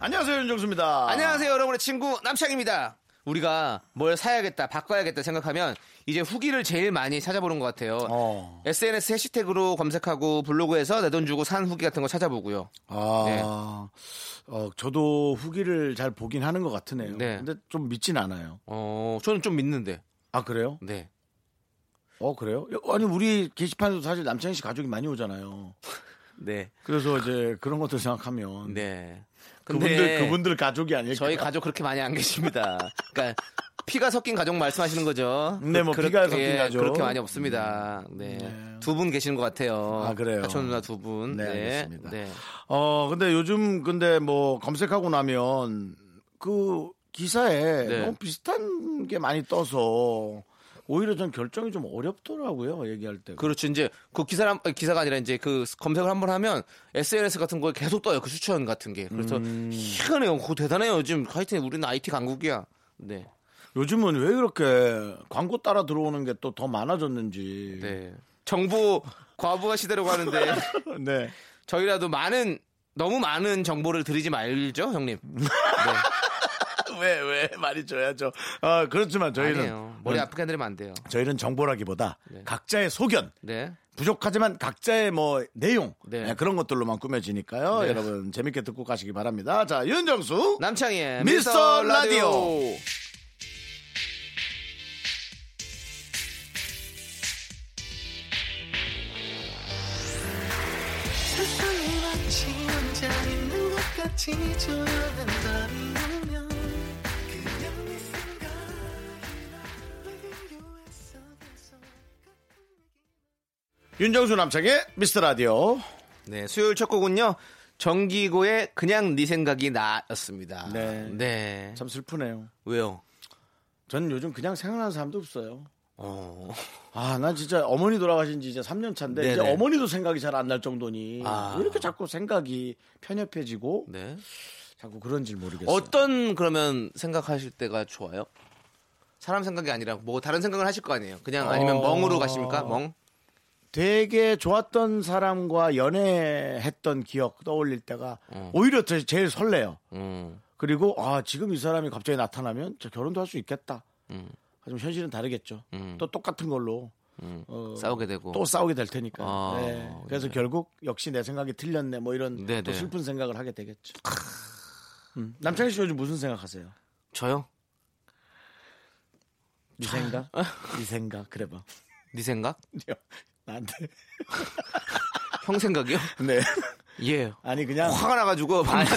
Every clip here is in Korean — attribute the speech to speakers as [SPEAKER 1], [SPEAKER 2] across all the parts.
[SPEAKER 1] 안녕하세요 윤정수입니다.
[SPEAKER 2] 안녕하세요, 여러분의 친구 남창입니다. 우리가 뭘 사야겠다, 바꿔야겠다 생각하면 이제 후기를 제일 많이 찾아보는 것 같아요.
[SPEAKER 1] 어.
[SPEAKER 2] SNS 해시태그로 검색하고 블로그에서 내 돈 주고 산 후기 같은 거 찾아보고요. 네.
[SPEAKER 1] 아, 어, 저도 후기를 잘 보긴 하는 것 같으네요.
[SPEAKER 2] 네.
[SPEAKER 1] 근데 좀 믿진 않아요.
[SPEAKER 2] 어, 저는 좀 믿는데.
[SPEAKER 1] 아 그래요?
[SPEAKER 2] 네.
[SPEAKER 1] 어 그래요? 여- 아니 우리 게시판에도 사실 남창희 씨 가족이 많이 오잖아요.
[SPEAKER 2] 네.
[SPEAKER 1] 그래서 이제 그런 것도 생각하면
[SPEAKER 2] 네.
[SPEAKER 1] 그분들 그분들 가족이 아닐까?
[SPEAKER 2] 저희 가족 그렇게 많이 안 계십니다. 그러니까 피가 섞인 가족 말씀하시는 거죠.
[SPEAKER 1] 네, 뭐 피가 섞인
[SPEAKER 2] 예,
[SPEAKER 1] 가족. 음.
[SPEAKER 2] 그렇게 많이 없습니다. 네. 두 분 계시는 것 같아요.
[SPEAKER 1] 아, 그래요?
[SPEAKER 2] 사촌 누나 두 분.
[SPEAKER 1] 네, 알겠습니다.
[SPEAKER 2] 네.
[SPEAKER 1] 어 근데 요즘 근데 뭐 검색하고 나면 그 기사에
[SPEAKER 2] 네.
[SPEAKER 1] 너무 비슷한 게 많이 떠서 오히려 전 결정이 좀 어렵더라고요 얘기할 때.
[SPEAKER 2] 그렇죠. 이제 그 기사람 기사가 아니라 이제 그 검색을 한번 하면 SNS 같은 거에 계속 떠요. 그 추천 같은 게. 그래서 희한해요. 그거 대단해요. 요즘 하여튼 우리는 IT 강국이야. 네.
[SPEAKER 1] 요즘은 왜 이렇게 광고 따라 들어오는 게 또 더 많아졌는지.
[SPEAKER 2] 네. 정보 과부하 시대라고 하는데
[SPEAKER 1] 네.
[SPEAKER 2] 저희라도 많은 너무 많은 정보를 드리지 말죠, 형님. 네.
[SPEAKER 1] 왜, 왜, 많이 줘야죠. 아, 그렇지만 저희는.
[SPEAKER 2] 아니에요. 머리 아프게 해드리면 안 돼요.
[SPEAKER 1] 저희는 정보라기보다 각자의 소견,
[SPEAKER 2] 네.
[SPEAKER 1] 부족하지만 각자의 뭐 내용
[SPEAKER 2] 네.
[SPEAKER 1] 네, 그런 것들로만 꾸며지니까요.
[SPEAKER 2] 네.
[SPEAKER 1] 여러분 재밌게 듣고 가시기 바랍니다. 자, 윤정수.
[SPEAKER 2] 남창희의
[SPEAKER 1] 미스터
[SPEAKER 2] 미스터
[SPEAKER 1] 라디오.
[SPEAKER 2] 라디오.
[SPEAKER 3] 세상에 마치 혼자 있는 것 같이 조용한 밤이 오면 그냥 네 생각이나 라디오 속에서
[SPEAKER 1] 윤정수 남창의 미스터 라디오.
[SPEAKER 2] 네, 수요일 첫 곡은요. 정기고의 그냥 네 생각이 나였습니다.
[SPEAKER 1] 네.
[SPEAKER 2] 네.
[SPEAKER 1] 참 슬프네요.
[SPEAKER 2] 왜요?
[SPEAKER 1] 저는 요즘 그냥 생각나는 사람도 없어요.
[SPEAKER 2] 어.
[SPEAKER 1] 아, 난 진짜 어머니 돌아가신 지 이제 3년 차인데 이제
[SPEAKER 2] 네네.
[SPEAKER 1] 어머니도 생각이 잘 안 날 정도니
[SPEAKER 2] 아.
[SPEAKER 1] 왜 이렇게 자꾸 생각이 편협해지고
[SPEAKER 2] 네.
[SPEAKER 1] 자꾸 그런지 모르겠어요.
[SPEAKER 2] 어떤 그러면 생각하실 때가 좋아요? 사람 생각이 아니라 뭐 다른 생각을 하실 거 아니에요. 그냥 아니면
[SPEAKER 1] 어.
[SPEAKER 2] 멍으로 가십니까? 멍?
[SPEAKER 1] 되게 좋았던 사람과 연애했던 기억 떠올릴 때가 오히려 제- 제일 설레요.
[SPEAKER 2] 음.
[SPEAKER 1] 그리고 아 지금 이 사람이 갑자기 나타나면 저 결혼도 할 수 있겠다.
[SPEAKER 2] 음.
[SPEAKER 1] 하지만 현실은 다르겠죠. 또 똑같은 걸로
[SPEAKER 2] 음.
[SPEAKER 1] 어,
[SPEAKER 2] 싸우게 되고.
[SPEAKER 1] 또 싸우게 될 테니까.
[SPEAKER 2] 아,
[SPEAKER 1] 네. 그래서 결국 역시 내 생각이 틀렸네. 뭐 이런
[SPEAKER 2] 네네.
[SPEAKER 1] 또 슬픈 생각을 하게 되겠죠. 음. 남창희 씨 요즘 무슨 생각하세요?
[SPEAKER 2] 저요?
[SPEAKER 1] 이 생각? 이 생각 그래봐.
[SPEAKER 2] 네 생각?
[SPEAKER 1] 나한테.
[SPEAKER 2] 형 생각이요?
[SPEAKER 1] 네.
[SPEAKER 2] 예.
[SPEAKER 1] 아니 그냥
[SPEAKER 2] 화가 나가지고 방금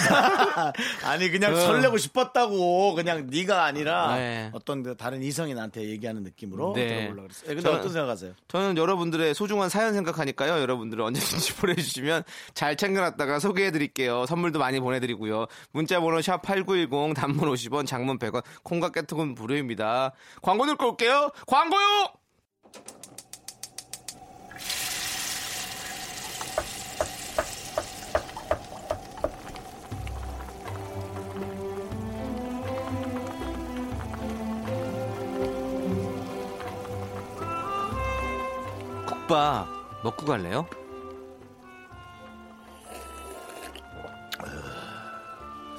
[SPEAKER 1] 아니 그냥
[SPEAKER 2] 응.
[SPEAKER 1] 설레고 싶었다고 그냥 네가 아니라
[SPEAKER 2] 어. 네.
[SPEAKER 1] 어떤 그 다른 이성이 나한테 얘기하는 느낌으로
[SPEAKER 2] 네.
[SPEAKER 1] 들어보려고 그랬어요. 예, 근데
[SPEAKER 2] 저는-
[SPEAKER 1] 어떤 생각하세요?
[SPEAKER 2] 저는 여러분들의 소중한 사연 생각하니까요. 여러분들 언제든지 보내주시면 잘 챙겨놨다가 소개해드릴게요. 선물도 많이 보내드리고요. 문자번호 샵 8910 단문 50원 장문 100원 콩과 깨톡은 무료입니다. 광고 듣고 올게요. 광고요! 국밥 먹고 갈래요?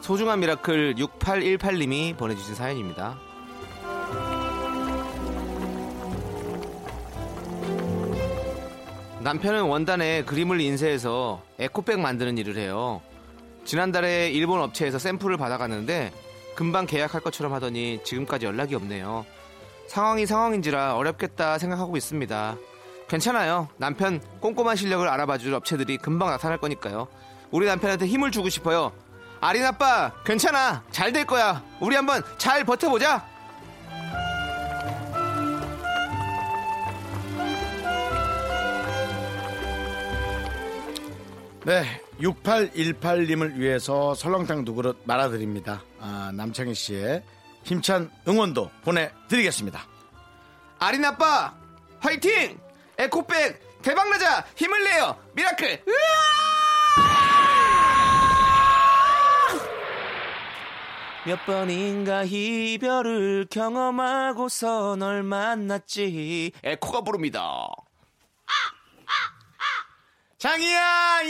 [SPEAKER 2] 소중한 미라클 6818님이 보내주신 사연입니다. 남편은 원단에 그림을 인쇄해서 에코백 만드는 일을 해요. 지난달에 일본 업체에서 샘플을 받아갔는데 금방 계약할 것처럼 하더니 지금까지 연락이 없네요. 상황이 상황인지라 어렵겠다 생각하고 있습니다. 괜찮아요. 남편 꼼꼼한 실력을 알아봐줄 업체들이 금방 나타날 거니까요. 우리 남편한테 힘을 주고 싶어요. 아린 아빠, 괜찮아. 잘 될 거야. 우리 한번 잘 버텨보자.
[SPEAKER 1] 네, 6818님을 위해서 설렁탕 두 그릇 말아드립니다. 아, 남창희 씨의 힘찬 응원도 보내드리겠습니다.
[SPEAKER 2] 아린 아빠 화이팅! 에코백 대박나자 힘을 내요 미라클 몇 번인가 이별을 경험하고서 널 만났지 에코가 부릅니다 장이야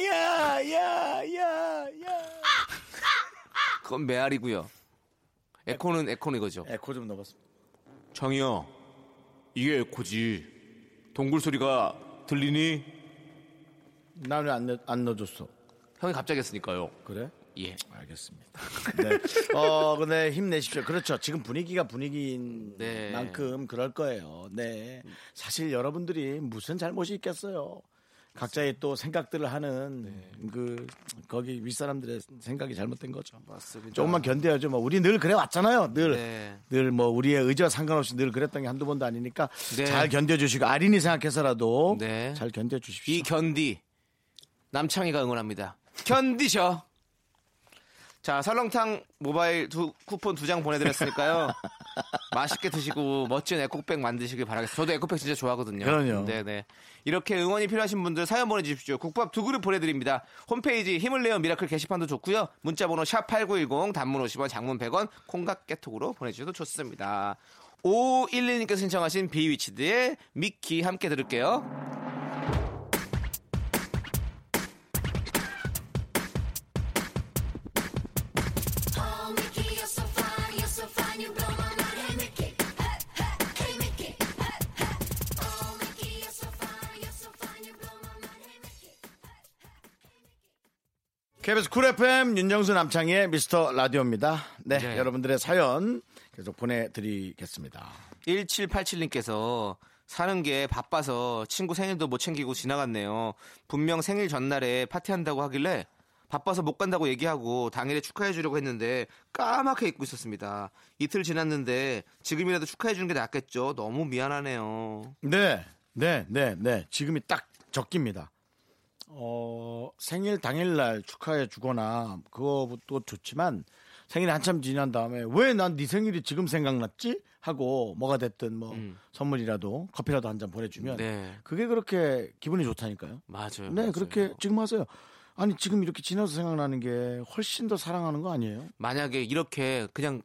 [SPEAKER 2] 야야야야야 그건 메아리고요 에코는 에코는 이거죠
[SPEAKER 1] 에코 좀 넣었습니다.
[SPEAKER 2] 장이야, 이게 에코지. 동굴 소리가 들리니?
[SPEAKER 1] 나왜안 안 넣어줬어?
[SPEAKER 2] 형이 갑자기 했으니까요.
[SPEAKER 1] 그래?
[SPEAKER 2] 예.
[SPEAKER 1] 아, 알겠습니다. 네. 어, 근데 힘내십시오. 그렇죠. 지금 분위기가 분위기인
[SPEAKER 2] 네.
[SPEAKER 1] 만큼 그럴 거예요. 네. 사실 여러분들이 무슨 잘못이 있겠어요. 각자의 또 생각들을 하는
[SPEAKER 2] 네.
[SPEAKER 1] 그 거기 윗사람들의 생각이 잘못된 거죠.
[SPEAKER 2] 맞습니다.
[SPEAKER 1] 조금만 견뎌야죠. 뭐 우리 늘 그래 왔잖아요. 늘.
[SPEAKER 2] 네.
[SPEAKER 1] 늘 뭐 우리의 의지와 상관없이 늘 그랬던 게 한두 번도 아니니까
[SPEAKER 2] 네.
[SPEAKER 1] 잘 견뎌주시고 아린이 생각해서라도
[SPEAKER 2] 네.
[SPEAKER 1] 잘 견뎌주십시오.
[SPEAKER 2] 이 견디. 남창희가 응원합니다. 견디셔. 자, 설렁탕 모바일 두, 쿠폰 두 장 보내드렸으니까요. 맛있게 드시고 멋진 에코백 만드시길 바라겠습니다. 저도 에코백 진짜 좋아하거든요.
[SPEAKER 1] 그럼요.
[SPEAKER 2] 네네. 이렇게 응원이 필요하신 분들 사연 보내주십시오. 국밥 두 그릇 보내드립니다. 홈페이지 힘을 내어 미라클 게시판도 좋고요. 문자번호 샵8910 단문 50원 장문 100원 콩각개톡으로 보내주셔도 좋습니다. 512님께서 신청하신 비위치드의 미키 함께 들을게요.
[SPEAKER 4] Oh, Mickey, you're so fine, you're so fine, you blow my mind. Hey, Mickey, hey, hey, hey, Mickey, hey, hey. Oh, Mickey, you're so fine, you're so fine, you blow my mind. Hey, Mickey.
[SPEAKER 1] KBS 쿨 FM 윤정수 남창희의 미스터 라디오입니다. 네, 여러분들의 사연 계속 보내드리겠습니다.
[SPEAKER 2] 1787님께서 사는 게 바빠서 친구 생일도 못 챙기고 지나갔네요. 분명 생일 전날에 파티한다고 하길래 바빠서 못 간다고 얘기하고 당일에 축하해 주려고 했는데 까맣게 잊고 있었습니다. 이틀 지났는데 지금이라도 축하해 주는 게 낫겠죠. 너무 미안하네요.
[SPEAKER 1] 네, 네, 네, 네. 지금이 딱 적깁니다. 어, 생일 당일날 축하해 주거나 그거도 좋지만 생일 한참 지난 다음에 왜 난 네 생일이 지금 생각났지? 하고 뭐가 됐든 뭐 선물이라도 커피라도 한 잔 보내주면
[SPEAKER 2] 네.
[SPEAKER 1] 그게 그렇게 기분이 좋다니까요.
[SPEAKER 2] 맞아요.
[SPEAKER 1] 네, 그렇게 지금 하세요. 아니 지금 이렇게 지나서 생각나는 게 훨씬 더 사랑하는 거 아니에요?
[SPEAKER 2] 만약에 이렇게 그냥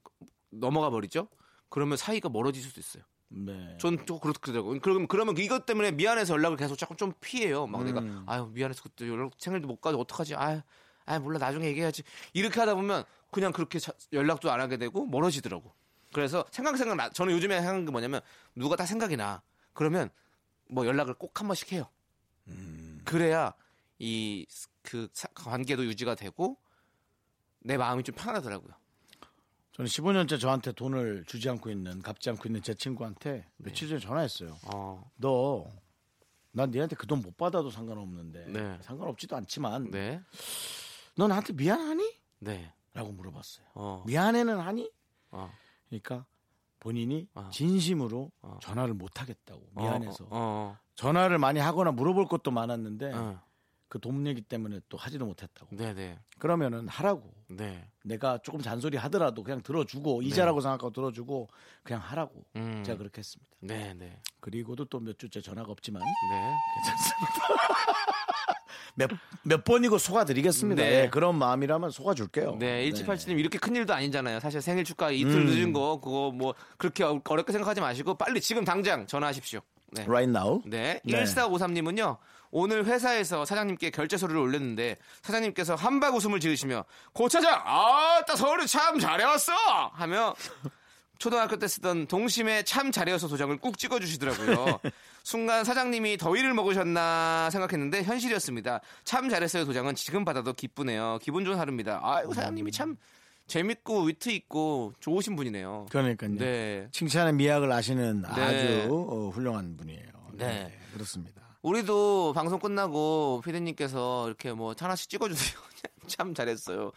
[SPEAKER 2] 넘어가 버리죠? 그러면 사이가 멀어질 수도 있어요.
[SPEAKER 1] 네.
[SPEAKER 2] 전 또 그렇더라고요. 그러면 그러면 이것 때문에 미안해서 연락을 계속 조금 좀 피해요. 막 내가
[SPEAKER 1] 음.
[SPEAKER 2] 아유 미안해서 그때 연락 생일도 못 가서 어떡하지? 아유 아 몰라 나중에 얘기해야지. 이렇게 하다 보면 그냥 그렇게 자- 연락도 안 하게 되고 멀어지더라고. 그래서 생각 생각 나 저는 요즘에 하는 게 뭐냐면 누가 다 생각이 나. 그러면 뭐 연락을 꼭 한 번씩 해요.
[SPEAKER 1] 음.
[SPEAKER 2] 그래야 이 그 관계도 유지가 되고 내 마음이 좀 편하더라고요.
[SPEAKER 1] 저는 15년째 저한테 돈을 주지 않고 있는 갚지 않고 있는 제 친구한테 며칠 전에 전화했어요.
[SPEAKER 2] 어,
[SPEAKER 1] 너 난 니한테 그 돈 못 받아도 상관없는데
[SPEAKER 2] 네.
[SPEAKER 1] 상관없지도 않지만
[SPEAKER 2] 네,
[SPEAKER 1] 너 나한테 미안하니?
[SPEAKER 2] 네,
[SPEAKER 1] 라고 물어봤어요.
[SPEAKER 2] 어,
[SPEAKER 1] 미안해는 하니?
[SPEAKER 2] 어.
[SPEAKER 1] 그러니까 본인이
[SPEAKER 2] 어.
[SPEAKER 1] 진심으로 전화를 못 하겠다고 미안해서
[SPEAKER 2] 어, 어,
[SPEAKER 1] 전화를 많이 하거나 물어볼 것도 많았는데
[SPEAKER 2] 어, 어.
[SPEAKER 1] 그 돈 얘기 때문에 또 하지도 못했다고.
[SPEAKER 2] 네, 네,
[SPEAKER 1] 그러면은 하라고.
[SPEAKER 2] 네.
[SPEAKER 1] 내가 조금 잔소리 하더라도 그냥 들어주고 이자라고 생각하고 들어주고 그냥 하라고
[SPEAKER 2] 음.
[SPEAKER 1] 제가 그렇게 했습니다.
[SPEAKER 2] 네, 네,
[SPEAKER 1] 그리고도 또 몇 주째 전화가 없지만
[SPEAKER 2] 네.
[SPEAKER 1] 몇, 몇 번이고 속아드리겠습니다.
[SPEAKER 2] 네.
[SPEAKER 1] 예, 그런 마음이라면 속아줄게요.
[SPEAKER 2] 네, 1787님 이렇게 큰 일도 아니잖아요. 사실 생일 축하 이틀 늦은 거 그거 뭐 그렇게 어- 어렵게 생각하지 마시고 빨리 지금 당장 전화하십시오. 네.
[SPEAKER 1] Right now.
[SPEAKER 2] 네.
[SPEAKER 1] 네.
[SPEAKER 2] 1453님은요. 오늘 회사에서 사장님께 결제 서류를 올렸는데 사장님께서 한박 웃음을 지으시며 고차장 아따 서류 참 잘해왔어 하며 초등학교 때 쓰던 동심의 참 잘해서 도장을 꾹 찍어주시더라고요. 순간 사장님이 더위를 먹으셨나 생각했는데 현실이었습니다. 참 잘했어요 도장은 지금 받아도 기쁘네요. 기분 좋은 하루입니다. 아이고
[SPEAKER 1] 음.
[SPEAKER 2] 사장님이 참 재밌고 위트 있고 좋으신 분이네요.
[SPEAKER 1] 그러니까요.
[SPEAKER 2] 네.
[SPEAKER 1] 칭찬의 미학을 아시는
[SPEAKER 2] 네.
[SPEAKER 1] 아주 어, 훌륭한 분이에요.
[SPEAKER 2] 네.
[SPEAKER 1] 그렇습니다.
[SPEAKER 2] 우리도 방송 끝나고 피디님께서 이렇게 뭐 하나씩 찍어주세요. 참 잘했어요.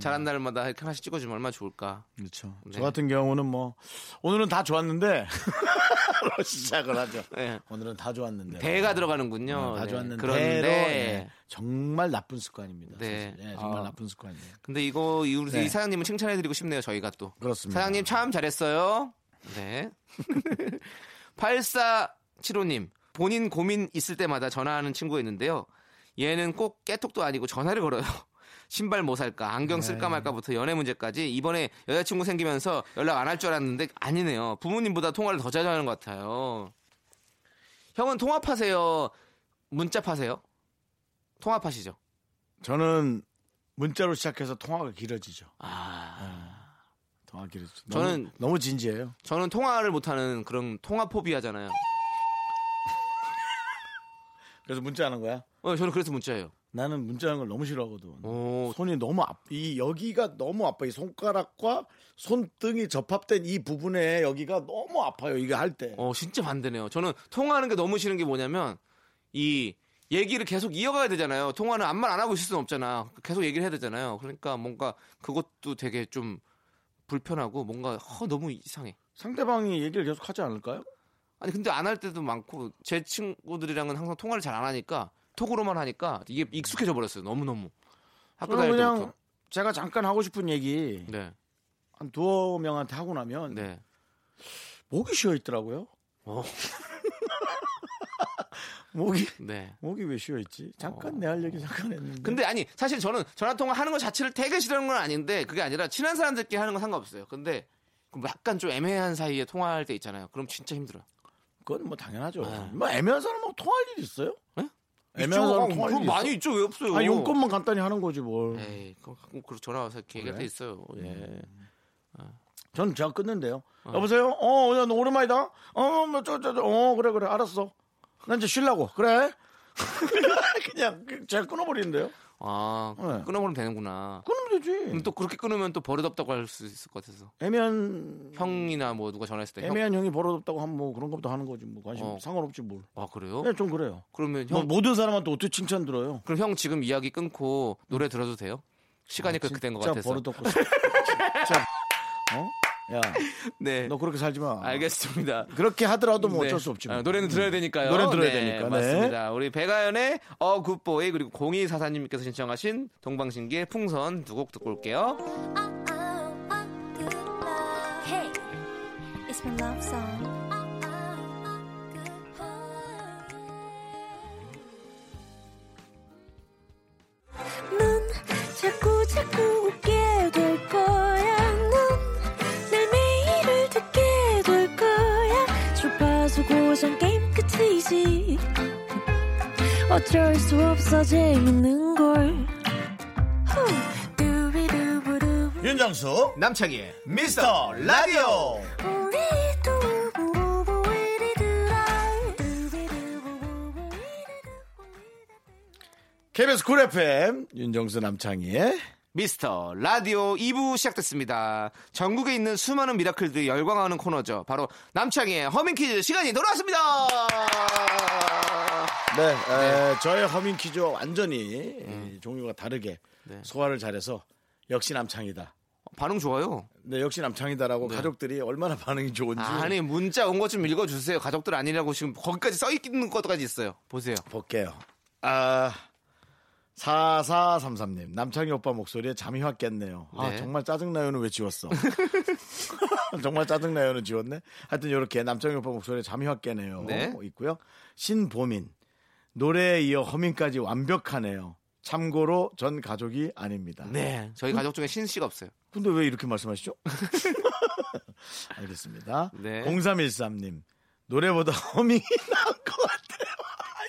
[SPEAKER 2] 잘한 날마다 이렇게 하나씩 찍어주면 얼마나 좋을까.
[SPEAKER 1] 그렇죠.
[SPEAKER 2] 네.
[SPEAKER 1] 저 같은 경우는 뭐 오늘은 다 좋았는데 로 시작을 하죠.
[SPEAKER 2] 네.
[SPEAKER 1] 오늘은 다 좋았는데
[SPEAKER 2] 대가 들어가는군요.
[SPEAKER 1] 다
[SPEAKER 2] 네.
[SPEAKER 1] 좋았는데 네.
[SPEAKER 2] 그런데
[SPEAKER 1] 정말 나쁜 습관입니다.
[SPEAKER 2] 네.
[SPEAKER 1] 사실. 예, 정말
[SPEAKER 2] 아.
[SPEAKER 1] 나쁜 습관이에요.
[SPEAKER 2] 근데 이거 이 우리
[SPEAKER 1] 네.
[SPEAKER 2] 이 사장님은 칭찬해드리고 싶네요. 저희가 또
[SPEAKER 1] 그렇습니다.
[SPEAKER 2] 사장님 참 잘했어요. 네. 8475님 본인 고민 있을 때마다 전화하는 친구가 있는데요. 얘는 꼭 깨톡도 아니고 전화를 걸어요. 신발 뭐 살까, 안경
[SPEAKER 1] 네.
[SPEAKER 2] 쓸까 말까부터 연애 문제까지 이번에 여자친구 생기면서 연락 안 할 줄 알았는데 아니네요. 부모님보다 통화를 더 자주 하는 것 같아요. 형은 통화하세요? 문자하세요? 통화하시죠?
[SPEAKER 1] 저는 문자로 시작해서 통화가 길어지죠.
[SPEAKER 2] 아.
[SPEAKER 1] 통화 길어지죠.
[SPEAKER 2] 저는-
[SPEAKER 1] 너무, 너무 진지해요.
[SPEAKER 2] 저는 통화를 못하는 그런 통화 포비아잖아요.
[SPEAKER 1] 그래서 문자하는 거야.
[SPEAKER 2] 어, 저는 그래서 문자예요.
[SPEAKER 1] 나는 문자하는 걸 너무 싫어하거든.
[SPEAKER 2] 오,
[SPEAKER 1] 손이 너무 아이 여기가 너무 아파. 이 손가락과 손등이 접합된 이 부분에 여기가 너무 아파요. 이거 할 때.
[SPEAKER 2] 어, 진짜 반대네요. 저는 통화하는 게 너무 싫은 게 뭐냐면 이 얘기를 계속 이어가야 되잖아요. 통화는 아무 말 안 하고 있을 수는 없잖아. 계속 얘기를 해야 되잖아요. 그러니까 뭔가 그것도 되게 좀 불편하고 뭔가 허, 너무 이상해.
[SPEAKER 1] 상대방이 얘기를 계속 하지 않을까요?
[SPEAKER 2] 아니 근데 안 할 때도 많고 제 친구들이랑은 항상 통화를 잘 안 하니까 톡으로만 하니까 이게 익숙해져 버렸어요. 너무 너무. 학교
[SPEAKER 1] 저는
[SPEAKER 2] 다닐
[SPEAKER 1] 그냥
[SPEAKER 2] 때부터.
[SPEAKER 1] 제가 잠깐 하고 싶은 얘기
[SPEAKER 2] 네,
[SPEAKER 1] 한 두어 명한테 하고 나면
[SPEAKER 2] 네.
[SPEAKER 1] 목이 쉬어 있더라고요.
[SPEAKER 2] 어,
[SPEAKER 1] 목이
[SPEAKER 2] 네.
[SPEAKER 1] 목이 왜 쉬어 있지? 잠깐
[SPEAKER 2] 어.
[SPEAKER 1] 내 할 얘기 잠깐 했는데.
[SPEAKER 2] 근데 아니 사실 저는 전화 통화 하는 것 자체를 되게 싫어하는 건 아닌데 그게 아니라 친한 사람들끼리 하는 건 상관없어요. 근데 그 약간 좀 애매한 사이에 통화할 때 있잖아요. 그럼 진짜 힘들어요.
[SPEAKER 1] 그건 뭐 당연하죠.
[SPEAKER 2] 네.
[SPEAKER 1] 뭐 애매한 사람하고 통할 화 일이 있어요?
[SPEAKER 2] 네?
[SPEAKER 1] 애매한 사람 통할
[SPEAKER 2] 그럼
[SPEAKER 1] 일이
[SPEAKER 2] 많이
[SPEAKER 1] 많이
[SPEAKER 2] 있죠. 왜 없어요?
[SPEAKER 1] 아 용건만 뭐. 간단히 하는 거지 뭘.
[SPEAKER 2] 에이, 그, 그, 그 전화 와서 이렇게 얘기할 때 있어요. 예.
[SPEAKER 1] 음. 전 제가 끊는데요.
[SPEAKER 2] 네.
[SPEAKER 1] 여보세요? 어, 야, 너 오랜만이다? 어, 뭐, 저, 저, 저, 어, 그래, 그래, 알았어. 난 이제 쉴라고. 그래. 그냥, 그- 제가 끊어버리는데요?
[SPEAKER 2] 아,
[SPEAKER 1] 네. 예.
[SPEAKER 2] 끊어버리면 되는구나.
[SPEAKER 1] 끊으면
[SPEAKER 2] 그럼
[SPEAKER 1] 되지.
[SPEAKER 2] 또 그렇게 끊으면 또 버릇없다고 할 수 있을 것 같아서.
[SPEAKER 1] 애매한,
[SPEAKER 2] 형이나 뭐 누가 전화했을 때. 형,
[SPEAKER 1] 애매한 형이 벌어졌다고 하면 뭐 그런 것부터 하는 거지. 뭐 관심,
[SPEAKER 2] 어.
[SPEAKER 1] 상관없지 뭘.
[SPEAKER 2] 아 그래요?
[SPEAKER 1] 그냥 좀 그래요.
[SPEAKER 2] 그러면
[SPEAKER 1] 네. 뭐
[SPEAKER 2] 형,
[SPEAKER 1] 모든 사람한테 어떻게 칭찬 들어요?
[SPEAKER 2] 그럼 형 지금 이야기 끊고 노래 들어도 돼요? 시간이 그러니까 그렇게 된 것
[SPEAKER 1] 진짜
[SPEAKER 2] 같아서.
[SPEAKER 1] 버릇없고. 진짜. 어? 야,
[SPEAKER 2] 네,
[SPEAKER 1] 너 그렇게 살지 마.
[SPEAKER 2] 알겠습니다.
[SPEAKER 1] 그렇게 하더라도 뭐
[SPEAKER 2] 네.
[SPEAKER 1] 어쩔 수 없지. 뭐.
[SPEAKER 2] 아, 노래는 들어야 되니까요.
[SPEAKER 1] 노래는 들어야
[SPEAKER 2] 네,
[SPEAKER 1] 되니까. 네.
[SPEAKER 2] 맞습니다. 우리 배가연의 어 굿보이 그리고 0244님께서 신청하신 동방신기의 풍선 두 곡 듣고 올게요.
[SPEAKER 4] Oh, oh, oh, good love. Hey, it's my love song. Oh, oh, oh, good boy. 넌 자꾸 자꾸 웃게 될 거야. 넌내 매일을 듣게 될 거야. 주파수 고정 게임 끝이지. 어쩔 수 없어 재밌는 걸. 후. 두비두부두.
[SPEAKER 1] 윤정수, 남창희, 미스터 라디오. KBS 쿨 FM, 윤정수 남창희의 네,
[SPEAKER 2] 미스터 라디오 2부 시작됐습니다. 전국에 있는 수많은 미라클들이 열광하는 코너죠. 바로 남창희의 허밍 퀴즈 시간이 돌아왔습니다.
[SPEAKER 1] 네, 에, 저의 허밍 퀴즈와 완전히 이 종류가 다르게
[SPEAKER 2] 음. 네.
[SPEAKER 1] 소화를 잘해서 역시 남창이다.
[SPEAKER 2] 반응 좋아요.
[SPEAKER 1] 네, 역시 남창이다라고 가족들이 얼마나 반응이 좋은지
[SPEAKER 2] 아니 문자 온 것 좀 읽어주세요. 가족들 아니라고 지금 거기까지 써 있는 것까지 있어요. 보세요.
[SPEAKER 1] 볼게요. 아, 4433님, 남창이 오빠 목소리에 잠이 확 깼네요. 아,
[SPEAKER 2] 네.
[SPEAKER 1] 정말 짜증나요는 왜 지웠어? 정말 짜증나요는 지웠네? 하여튼 이렇게 남창이 오빠 목소리에 잠이 확 깨네요.
[SPEAKER 2] 네.
[SPEAKER 1] 있고요. 신보민, 노래에 이어 허밍까지 완벽하네요. 참고로 전 가족이 아닙니다.
[SPEAKER 2] 네, 저희 가족 중에 신 씨가 없어요.
[SPEAKER 1] 근데 왜 이렇게 말씀하시죠? 알겠습니다.
[SPEAKER 2] 네.
[SPEAKER 1] 0313님 노래보다 허밍이 나은 것 같아요.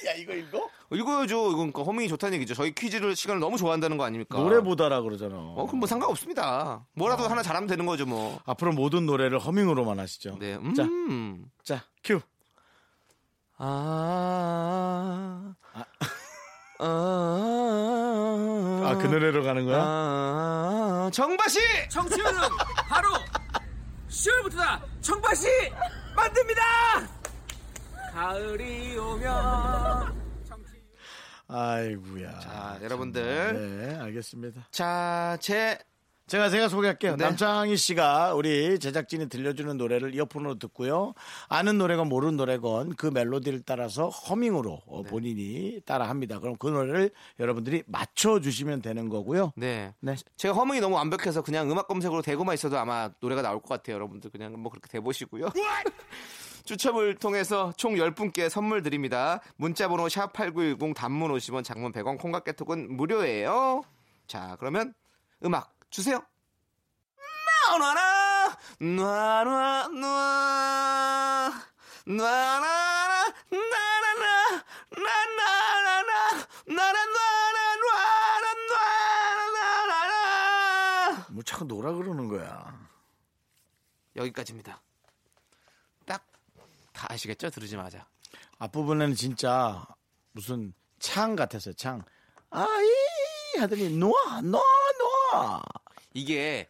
[SPEAKER 1] 야 이거 읽어?
[SPEAKER 2] 읽어야죠. 이건 그 허밍이 좋다는 얘기죠. 저희 퀴즈를 시간을 너무 좋아한다는 거 아닙니까?
[SPEAKER 1] 노래보다라 아. 그러잖아.
[SPEAKER 2] 그러니까. 어, 그럼 뭐 상관없습니다. 뭐라도 하나 잘하면 되는 거죠, 뭐.
[SPEAKER 1] 앞으로 모든 노래를 허밍으로만 하시죠.
[SPEAKER 2] 네,
[SPEAKER 1] 자,
[SPEAKER 2] 음.
[SPEAKER 1] 자, 큐.
[SPEAKER 2] 아.
[SPEAKER 1] 아.
[SPEAKER 2] 아.
[SPEAKER 1] 아, 그 노래로 가는 거야?
[SPEAKER 2] 아, 정바 씨!
[SPEAKER 5] 정치율은 바로 10월부터다 청바시 만듭니다 가을이 오면
[SPEAKER 1] 아이고야.
[SPEAKER 2] 자, 여러분들.
[SPEAKER 1] 네, 알겠습니다.
[SPEAKER 2] 자, 제
[SPEAKER 1] 제가 제가 소개할게요.
[SPEAKER 2] 네.
[SPEAKER 1] 남창희 씨가 우리 제작진이 들려주는 노래를 이어폰으로 듣고요. 아는 노래건 모르는 노래건 그 멜로디를 따라서 허밍으로 어, 본인이 따라합니다. 그럼 그 노래를 여러분들이 맞춰주시면 되는 거고요.
[SPEAKER 2] 네.
[SPEAKER 1] 네.
[SPEAKER 2] 제가 허밍이 너무 완벽해서 그냥 음악 검색으로 대고만 있어도 아마 노래가 나올 것 같아요. 여러분들 그냥 뭐 그렇게 대보시고요. 추첨을 통해서 총 10분께 선물 드립니다. 문자번호 샵8910 단문 50원 장문 100원 콩깍 개톡은 무료예요. 자 그러면 음악 주세요. 나나라 나나 나 나나라 나나라 나나라라 나나나나나나나나나라
[SPEAKER 1] 뭐 자꾸 노라 그러는 거야.
[SPEAKER 2] 여기까지입니다. 딱 다 아시겠죠? 들으자마자.
[SPEAKER 1] 앞부분에는 진짜 무슨 창 같았어요. 창. 아이 하더니 노아 노아 노아.
[SPEAKER 2] 이게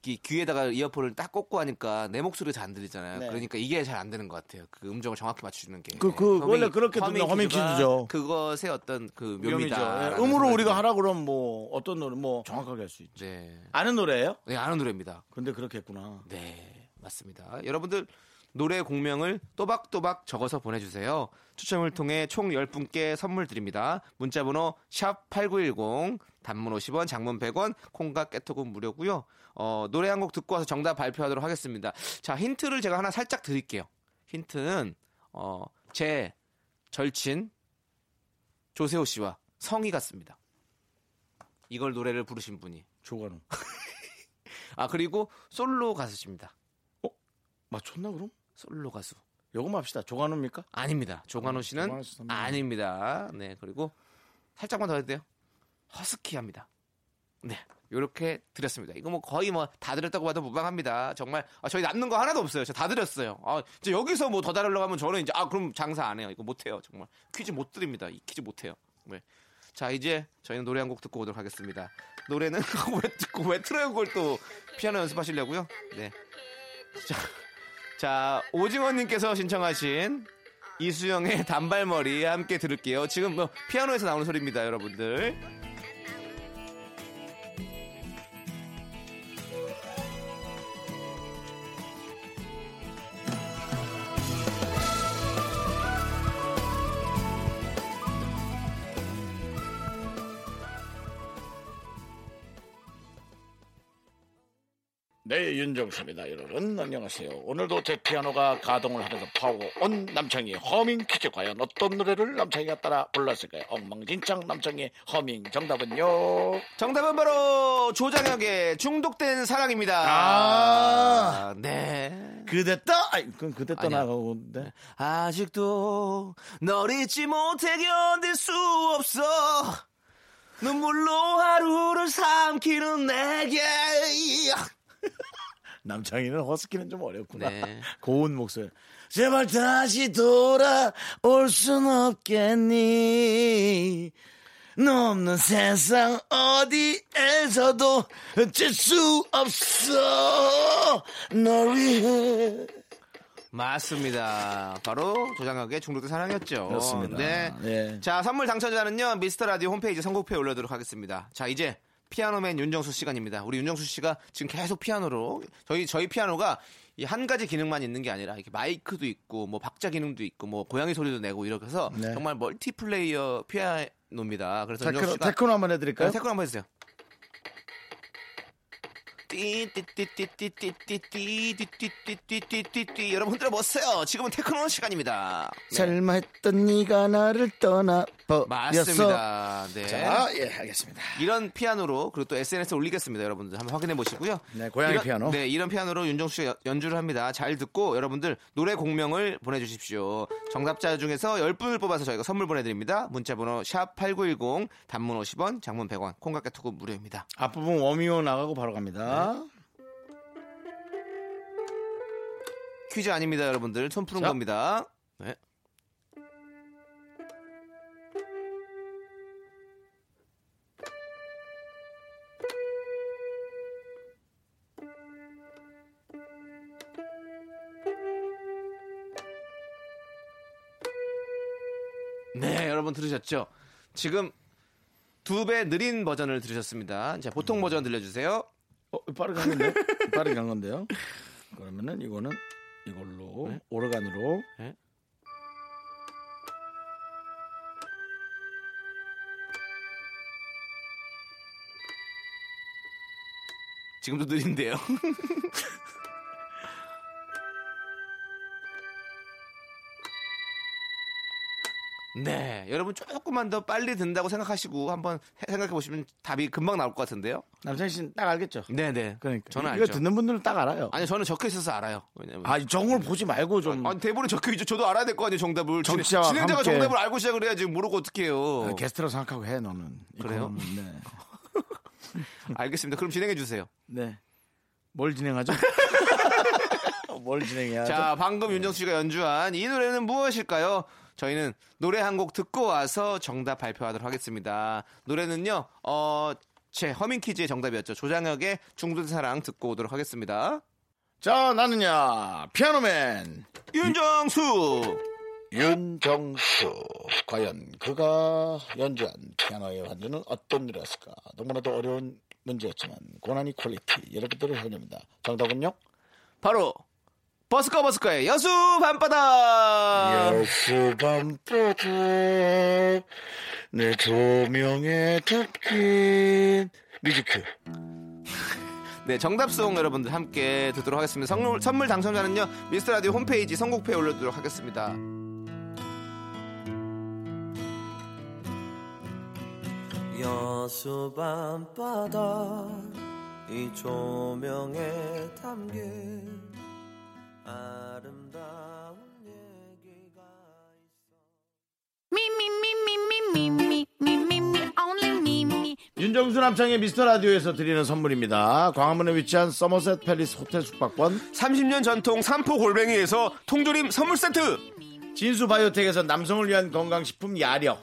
[SPEAKER 2] 귀- 귀에다가 이어폰을 딱 꽂고 하니까 내 목소리가 잘 안 들리잖아요.
[SPEAKER 1] 네.
[SPEAKER 2] 그러니까 이게 잘 안 되는 것 같아요. 그 음정을 정확히 맞추는 게. 네.
[SPEAKER 1] 그- 그
[SPEAKER 2] 허밍-
[SPEAKER 1] 원래 그렇게 듣는 허밍
[SPEAKER 2] 기조가
[SPEAKER 1] 퀴즈죠.
[SPEAKER 2] 그것의 어떤 그
[SPEAKER 1] 묘미죠.
[SPEAKER 2] 묘미다.
[SPEAKER 1] 예, 음으로 우리가 하라 그러면 뭐 어떤 노래 뭐 정확하게 할 수 있죠.
[SPEAKER 2] 네.
[SPEAKER 1] 아는 노래예요?
[SPEAKER 2] 네, 아는 노래입니다.
[SPEAKER 1] 근데 그렇게 했구나.
[SPEAKER 2] 네, 맞습니다. 여러분들 노래 공명을 또박또박 적어서 보내주세요. 추첨을 통해 총 10분께 선물 드립니다. 문자번호 샵 8910, 단문 50원, 장문 100원, 콩과 깨톡은 무료고요. 어, 노래 한 곡 듣고 와서 정답 발표하도록 하겠습니다. 자, 힌트를 제가 하나 살짝 드릴게요. 힌트는 어, 제 절친 조세호 씨와 성이 같습니다. 이걸 노래를 부르신 분이.
[SPEAKER 1] 조관우.
[SPEAKER 2] 아, 그리고 솔로 가수십니다.
[SPEAKER 1] 맞췄나 그럼?
[SPEAKER 2] 솔로 가수.
[SPEAKER 1] 요금 합시다. 조관우입니까? 네,
[SPEAKER 2] 아닙니다. 조관호 씨는
[SPEAKER 1] 조관호 씨 선배님.
[SPEAKER 2] 아닙니다. 네 그리고 살짝만 더 해도 돼요. 허스키합니다. 네 이렇게 드렸습니다. 이거 뭐 거의 뭐 다 드렸다고 봐도 무방합니다. 정말 아, 저희 남는 거 하나도 없어요. 저 다 드렸어요. 아 이제 여기서 뭐 더 달라고 하면 저는 이제 아 그럼 장사 안 해요. 이거 못 해요. 정말 퀴즈 못 드립니다. 이 퀴즈 못 해요. 네. 자 이제 저희는 노래 한 곡 듣고 오도록 하겠습니다. 노래는 왜 듣고 왜 틀어요 그걸 또 피아노 연습하시려고요? 네. 자, 자 오징어님께서 신청하신 이수영의 단발머리 함께 들을게요. 지금 뭐 피아노에서 나오는 소리입니다, 여러분들.
[SPEAKER 1] 네, 윤정수입니다. 여러분 안녕하세요. 오늘도 제 피아노가 가동을 하면서 파고 온 남창희 허밍 퀴즈 과연 어떤 노래를 남창희가 따라 불렀을까요? 엉망진창 남창희 허밍 정답은요.
[SPEAKER 2] 정답은 바로 조장혁의 중독된 사랑입니다.
[SPEAKER 1] 아.
[SPEAKER 2] 아, 네.
[SPEAKER 1] 그대다. 아이, 그건 그대다
[SPEAKER 2] 아니야. 네.
[SPEAKER 1] 나가고인데.
[SPEAKER 2] 아직도 널 잊지 못해 견딜 수 없어. 눈물로 하루를 삼키는 내게.
[SPEAKER 1] 남창희는 허스키는 좀 어렵구나.
[SPEAKER 2] 네.
[SPEAKER 1] 고운 목소리. 제발 다시 돌아올 순 없겠니? 너 없는 세상 어디에서도 질 수 없어. 널 위해.
[SPEAKER 2] 맞습니다. 바로 조장혁의 중독된 사랑이었죠.
[SPEAKER 1] 그렇습니다.
[SPEAKER 2] 네.
[SPEAKER 1] 예.
[SPEAKER 2] 자, 선물 당첨자는요, 미스터 라디오 홈페이지 선곡표에 올려도록 하겠습니다. 자, 이제 피아노맨 윤정수 시간입니다. 우리 윤정수 씨가 지금 계속 피아노로, 저희, 저희 피아노가 이 한 가지 기능만 있는 게 아니라 이렇게 마이크도 있고, 뭐 박자 기능도 있고, 뭐 고양이 소리도 내고 이렇게 해서
[SPEAKER 1] 네.
[SPEAKER 2] 정말 멀티플레이어 피아노입니다. 그래서 윤정수
[SPEAKER 1] 테크노,
[SPEAKER 2] 씨가
[SPEAKER 1] 테크노 한번
[SPEAKER 2] 네,
[SPEAKER 1] 해드릴까요?
[SPEAKER 2] 태클 한번 해주세요. 띠띠띠띠띠띠띠띠띠띠띠띠띠띠 여러분 들어보세요. 지금은 테크노 시간입니다. 네.
[SPEAKER 1] 설마 했던 네가 나를 떠나버렸어.
[SPEAKER 2] 맞습니다. 네.
[SPEAKER 1] 자, 예, 알겠습니다.
[SPEAKER 2] 이런 피아노로 그리고 또 SNS에 올리겠습니다. 여러분들 한번 확인해 보시고요.
[SPEAKER 1] 네, 고양이
[SPEAKER 2] 이런-
[SPEAKER 1] 피아노.
[SPEAKER 2] 네, 이런 피아노로 윤정수 씨가 연- 연주를 합니다. 잘 듣고 여러분들 노래 공명을 보내주십시오. 정답자 중에서 10분을 뽑아서 저희가 선물 보내드립니다. 문자번호 샵8910 단문 50원 장문 100원 콩깍개 투구 무료입니다.
[SPEAKER 1] 앞부분 워밍업 나가고 바로 갑니다.
[SPEAKER 2] 퀴즈 아닙니다, 여러분들. 손 푸는
[SPEAKER 1] 자.
[SPEAKER 2] 겁니다. 네. 네, 여러분 들으셨죠? 지금 두 배 느린 버전을 들으셨습니다. 자, 보통 버전 들려주세요.
[SPEAKER 1] 어, 빠르게 한 건데? 빠르게 한 건데요. 그러면은 이거는 이걸로 오르간으로
[SPEAKER 2] 네. 지금도 느린데요. 네, 여러분 조금만 더 빨리 든다고 생각하시고 한번 생각해 보시면 답이 금방 나올 것 같은데요.
[SPEAKER 1] 남창희 씨는 딱 알겠죠?
[SPEAKER 2] 네, 네.
[SPEAKER 1] 그러니까
[SPEAKER 2] 저는
[SPEAKER 1] 이거
[SPEAKER 2] 알죠.
[SPEAKER 1] 듣는 분들은 딱 알아요.
[SPEAKER 2] 아니 저는 적혀 있어서 알아요. 왜냐면
[SPEAKER 1] 아, 정을 보지 말고 좀
[SPEAKER 2] 아니 대본에 적혀 있죠. 저도 알아야 될 거 아니에요. 정답을. 진행-
[SPEAKER 1] 정치자와
[SPEAKER 2] 진행자가
[SPEAKER 1] 함께.
[SPEAKER 2] 정답을 알고 시작을 해야지 모르고 어떻게 해요.
[SPEAKER 1] 아, 게스트로 생각하고 해 너는.
[SPEAKER 2] 뭐. 그래요?
[SPEAKER 1] 이거는, 네.
[SPEAKER 2] 알겠습니다. 그럼 진행해 주세요.
[SPEAKER 1] 네. 뭘 진행하죠? 뭘 진행해야 죠
[SPEAKER 2] 자, 네. 방금 윤정수 씨가 연주한 이 노래는 무엇일까요? 저희는 노래 한 곡 듣고 와서 정답 발표하도록 하겠습니다. 노래는요, 어, 제 허밍키즈의 정답이었죠. 조장혁의 중둔 사랑 듣고 오도록 하겠습니다.
[SPEAKER 1] 자, 나는야 피아노맨
[SPEAKER 2] 윤정수!
[SPEAKER 1] 윤정수 과연 그가 연주한 피아노의 완주는 어떤 노래였을까? 너무나도 어려운 문제였지만 고난이 퀄리티 여러분들을 해냅니다. 정답은요?
[SPEAKER 2] 바로, 버스커 버스커의 여수 밤바다!
[SPEAKER 1] 예수 밤바다 내 조명에 담긴 뮤직큐
[SPEAKER 2] 네, 정답송 여러분들 함께 듣도록 하겠습니다. 선물, 선물 당첨자는요, 미스터 라디오 홈페이지 선곡표에 올려두도록 하겠습니다.
[SPEAKER 3] 여수 밤바다 이 조명에 담긴 아름다운 얘기가 있어
[SPEAKER 6] Me, me, me, me, me, me, me, me, me, me, only me, me.
[SPEAKER 1] 윤정수 남창의 미스터 라디오에서 드리는 선물입니다. 광화문에 위치한 서머셋 팰리스 호텔 숙박권
[SPEAKER 2] 30년 전통 삼포 골뱅이에서 통조림 선물 세트!
[SPEAKER 1] 진수 바이오텍에서 남성을 위한 건강식품 야력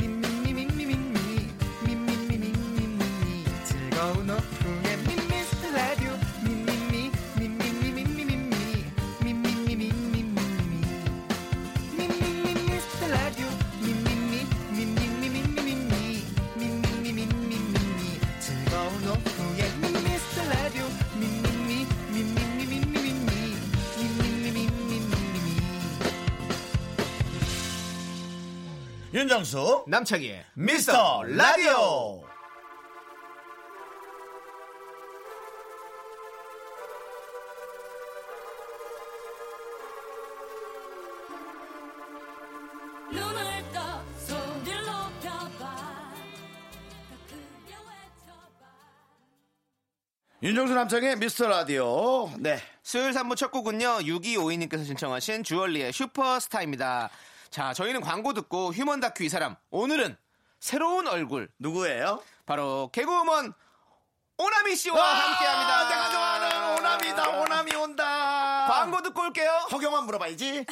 [SPEAKER 7] 미미미 미미미 미미미 미미미 즐거운 오후에 미스터 라디오 미미미 미미미 미미미 미미미 미미미
[SPEAKER 1] 윤정수
[SPEAKER 2] 남창희의
[SPEAKER 1] 미스터 라디오
[SPEAKER 4] 눈을 떠 손을 높여봐 더 크게 외쳐봐
[SPEAKER 1] 윤정수 남창의 미스터 라디오 네
[SPEAKER 2] 수요일 3부 첫 곡은요 6252님께서 신청하신 주얼리의 슈퍼스타입니다 자 저희는 광고 듣고 휴먼 다큐 이 사람 오늘은 새로운 얼굴
[SPEAKER 1] 누구예요?
[SPEAKER 2] 바로 개그우먼 오나미 씨와
[SPEAKER 1] 아,
[SPEAKER 2] 함께합니다
[SPEAKER 1] 내가 좋아하는 오남이다 오남이 온다
[SPEAKER 2] 광고 듣고 올게요
[SPEAKER 1] 허경환 물어봐야지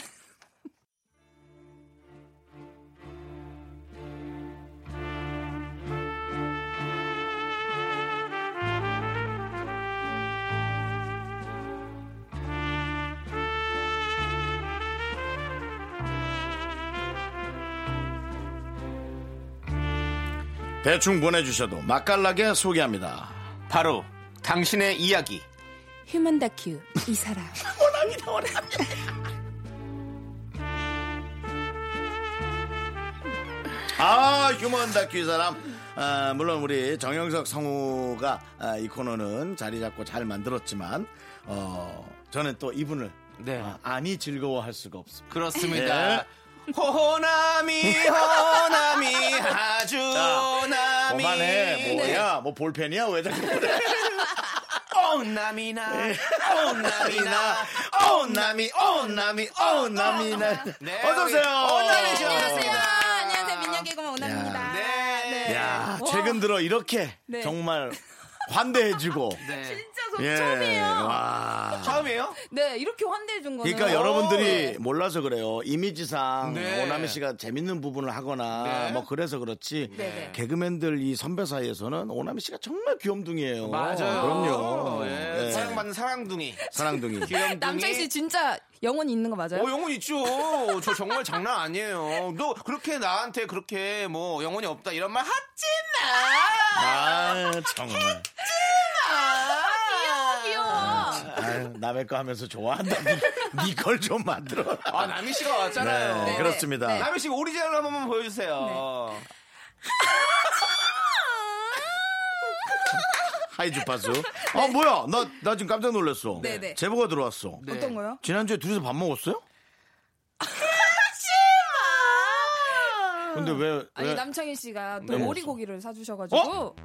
[SPEAKER 1] 대충 보내주셔도 맛깔나게 소개합니다.
[SPEAKER 2] 바로 당신의 이야기.
[SPEAKER 8] 휴먼 다큐 이 사람
[SPEAKER 1] 아 휴먼 다큐 이 사람 아, 물론 우리 정영석 성우가 아, 이 코너는 자리 잡고 잘 만들었지만 어, 저는 또 이분을
[SPEAKER 2] 네.
[SPEAKER 1] 아, 아니 즐거워할 수가 없습니다. 네.
[SPEAKER 2] 그렇습니다. 호남이 호남이 아주 호남이 네.
[SPEAKER 1] 그만해 뭐야 뭐 볼펜이야 왜 자꾸 그래
[SPEAKER 2] 네. 호남이나
[SPEAKER 1] 네.
[SPEAKER 2] 호남이나
[SPEAKER 1] 남이나 어, 오남이 오남이 오남이나
[SPEAKER 2] 네,
[SPEAKER 1] 어서 오세요. 네.
[SPEAKER 2] 우리 오남이 씨 반갑습니다.
[SPEAKER 8] 아, 안녕하세요 민혁개그맨 오남입니다
[SPEAKER 2] 네.
[SPEAKER 1] 야 최근 들어 이렇게
[SPEAKER 8] 네.
[SPEAKER 1] 정말 환대해주고
[SPEAKER 2] 네.
[SPEAKER 8] 진짜 저
[SPEAKER 1] 예,
[SPEAKER 8] 처음이에요
[SPEAKER 1] 와.
[SPEAKER 2] 처음이에요?
[SPEAKER 8] 네 이렇게 환대해 준 거는 어,
[SPEAKER 1] 그러니까
[SPEAKER 8] 오.
[SPEAKER 1] 여러분들이 몰라서 그래요. 이미지상
[SPEAKER 2] 네.
[SPEAKER 1] 오남희 씨가 재밌는 부분을 하거나
[SPEAKER 2] 네.
[SPEAKER 1] 뭐 그래서 그렇지
[SPEAKER 8] 네.
[SPEAKER 1] 개그맨들 이 선배 사이에서는 오남희 씨가 정말 귀염둥이에요. 그럼요.
[SPEAKER 2] 그럼요.
[SPEAKER 1] 예.
[SPEAKER 2] 어, 사랑받는 사랑둥이.
[SPEAKER 1] 사랑둥이.
[SPEAKER 2] 귀염둥이.
[SPEAKER 8] 남창희 씨 진짜 영혼이 있는 거 맞아요?
[SPEAKER 2] 어, 영혼 있죠. 저 정말 장난 아니에요. 너 그렇게 나한테 그렇게 뭐 영혼이 없다 이런 말 하지 마.
[SPEAKER 1] 아 정말.
[SPEAKER 8] 귀여워
[SPEAKER 1] 아유, 남의 거 하면서 좋아한다. 니걸 좀 만들어.
[SPEAKER 2] 아, 남희 씨가 왔잖아요.
[SPEAKER 1] 네, 그렇습니다.
[SPEAKER 8] 네.
[SPEAKER 2] 남희 씨 오리지널 한 번만 보여주세요.
[SPEAKER 1] 하이 주파수. 아 뭐야? 나 나 지금 깜짝 놀랐어.
[SPEAKER 8] 네, 네.
[SPEAKER 1] 제보가 들어왔어.
[SPEAKER 2] 네.
[SPEAKER 8] 어떤 거요?
[SPEAKER 1] 지난주에 둘이서 밥 먹었어요? 근데 왜 왜
[SPEAKER 8] 어. 아니 남창희 씨가 또
[SPEAKER 1] 네. 어?
[SPEAKER 8] 오리고기를 사주셔가지고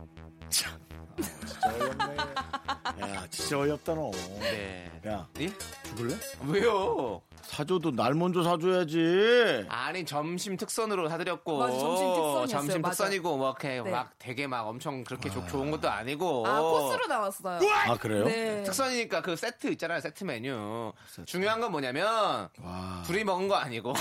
[SPEAKER 1] 야, 진짜 어이없다 너.
[SPEAKER 2] 네.
[SPEAKER 1] 야,
[SPEAKER 2] 예?
[SPEAKER 1] 죽을래?
[SPEAKER 2] 왜요?
[SPEAKER 1] 사줘도 날 먼저 사줘야지.
[SPEAKER 2] 아니 점심 특선으로 사드렸고
[SPEAKER 8] 맞아, 점심 특선이었어요.
[SPEAKER 2] 점심
[SPEAKER 8] 맞아.
[SPEAKER 2] 특선이고 뭐 이렇게
[SPEAKER 8] 네.
[SPEAKER 2] 막 되게 막 엄청 그렇게 좋- 좋은 것도 아니고
[SPEAKER 8] 아
[SPEAKER 1] 어.
[SPEAKER 8] 코스로 나왔어요
[SPEAKER 1] 아 그래요?
[SPEAKER 8] 네.
[SPEAKER 2] 특선이니까 그 세트 있잖아요 세트 메뉴 중요한 건 뭐냐면
[SPEAKER 1] 와.
[SPEAKER 2] 둘이 먹은 거 아니고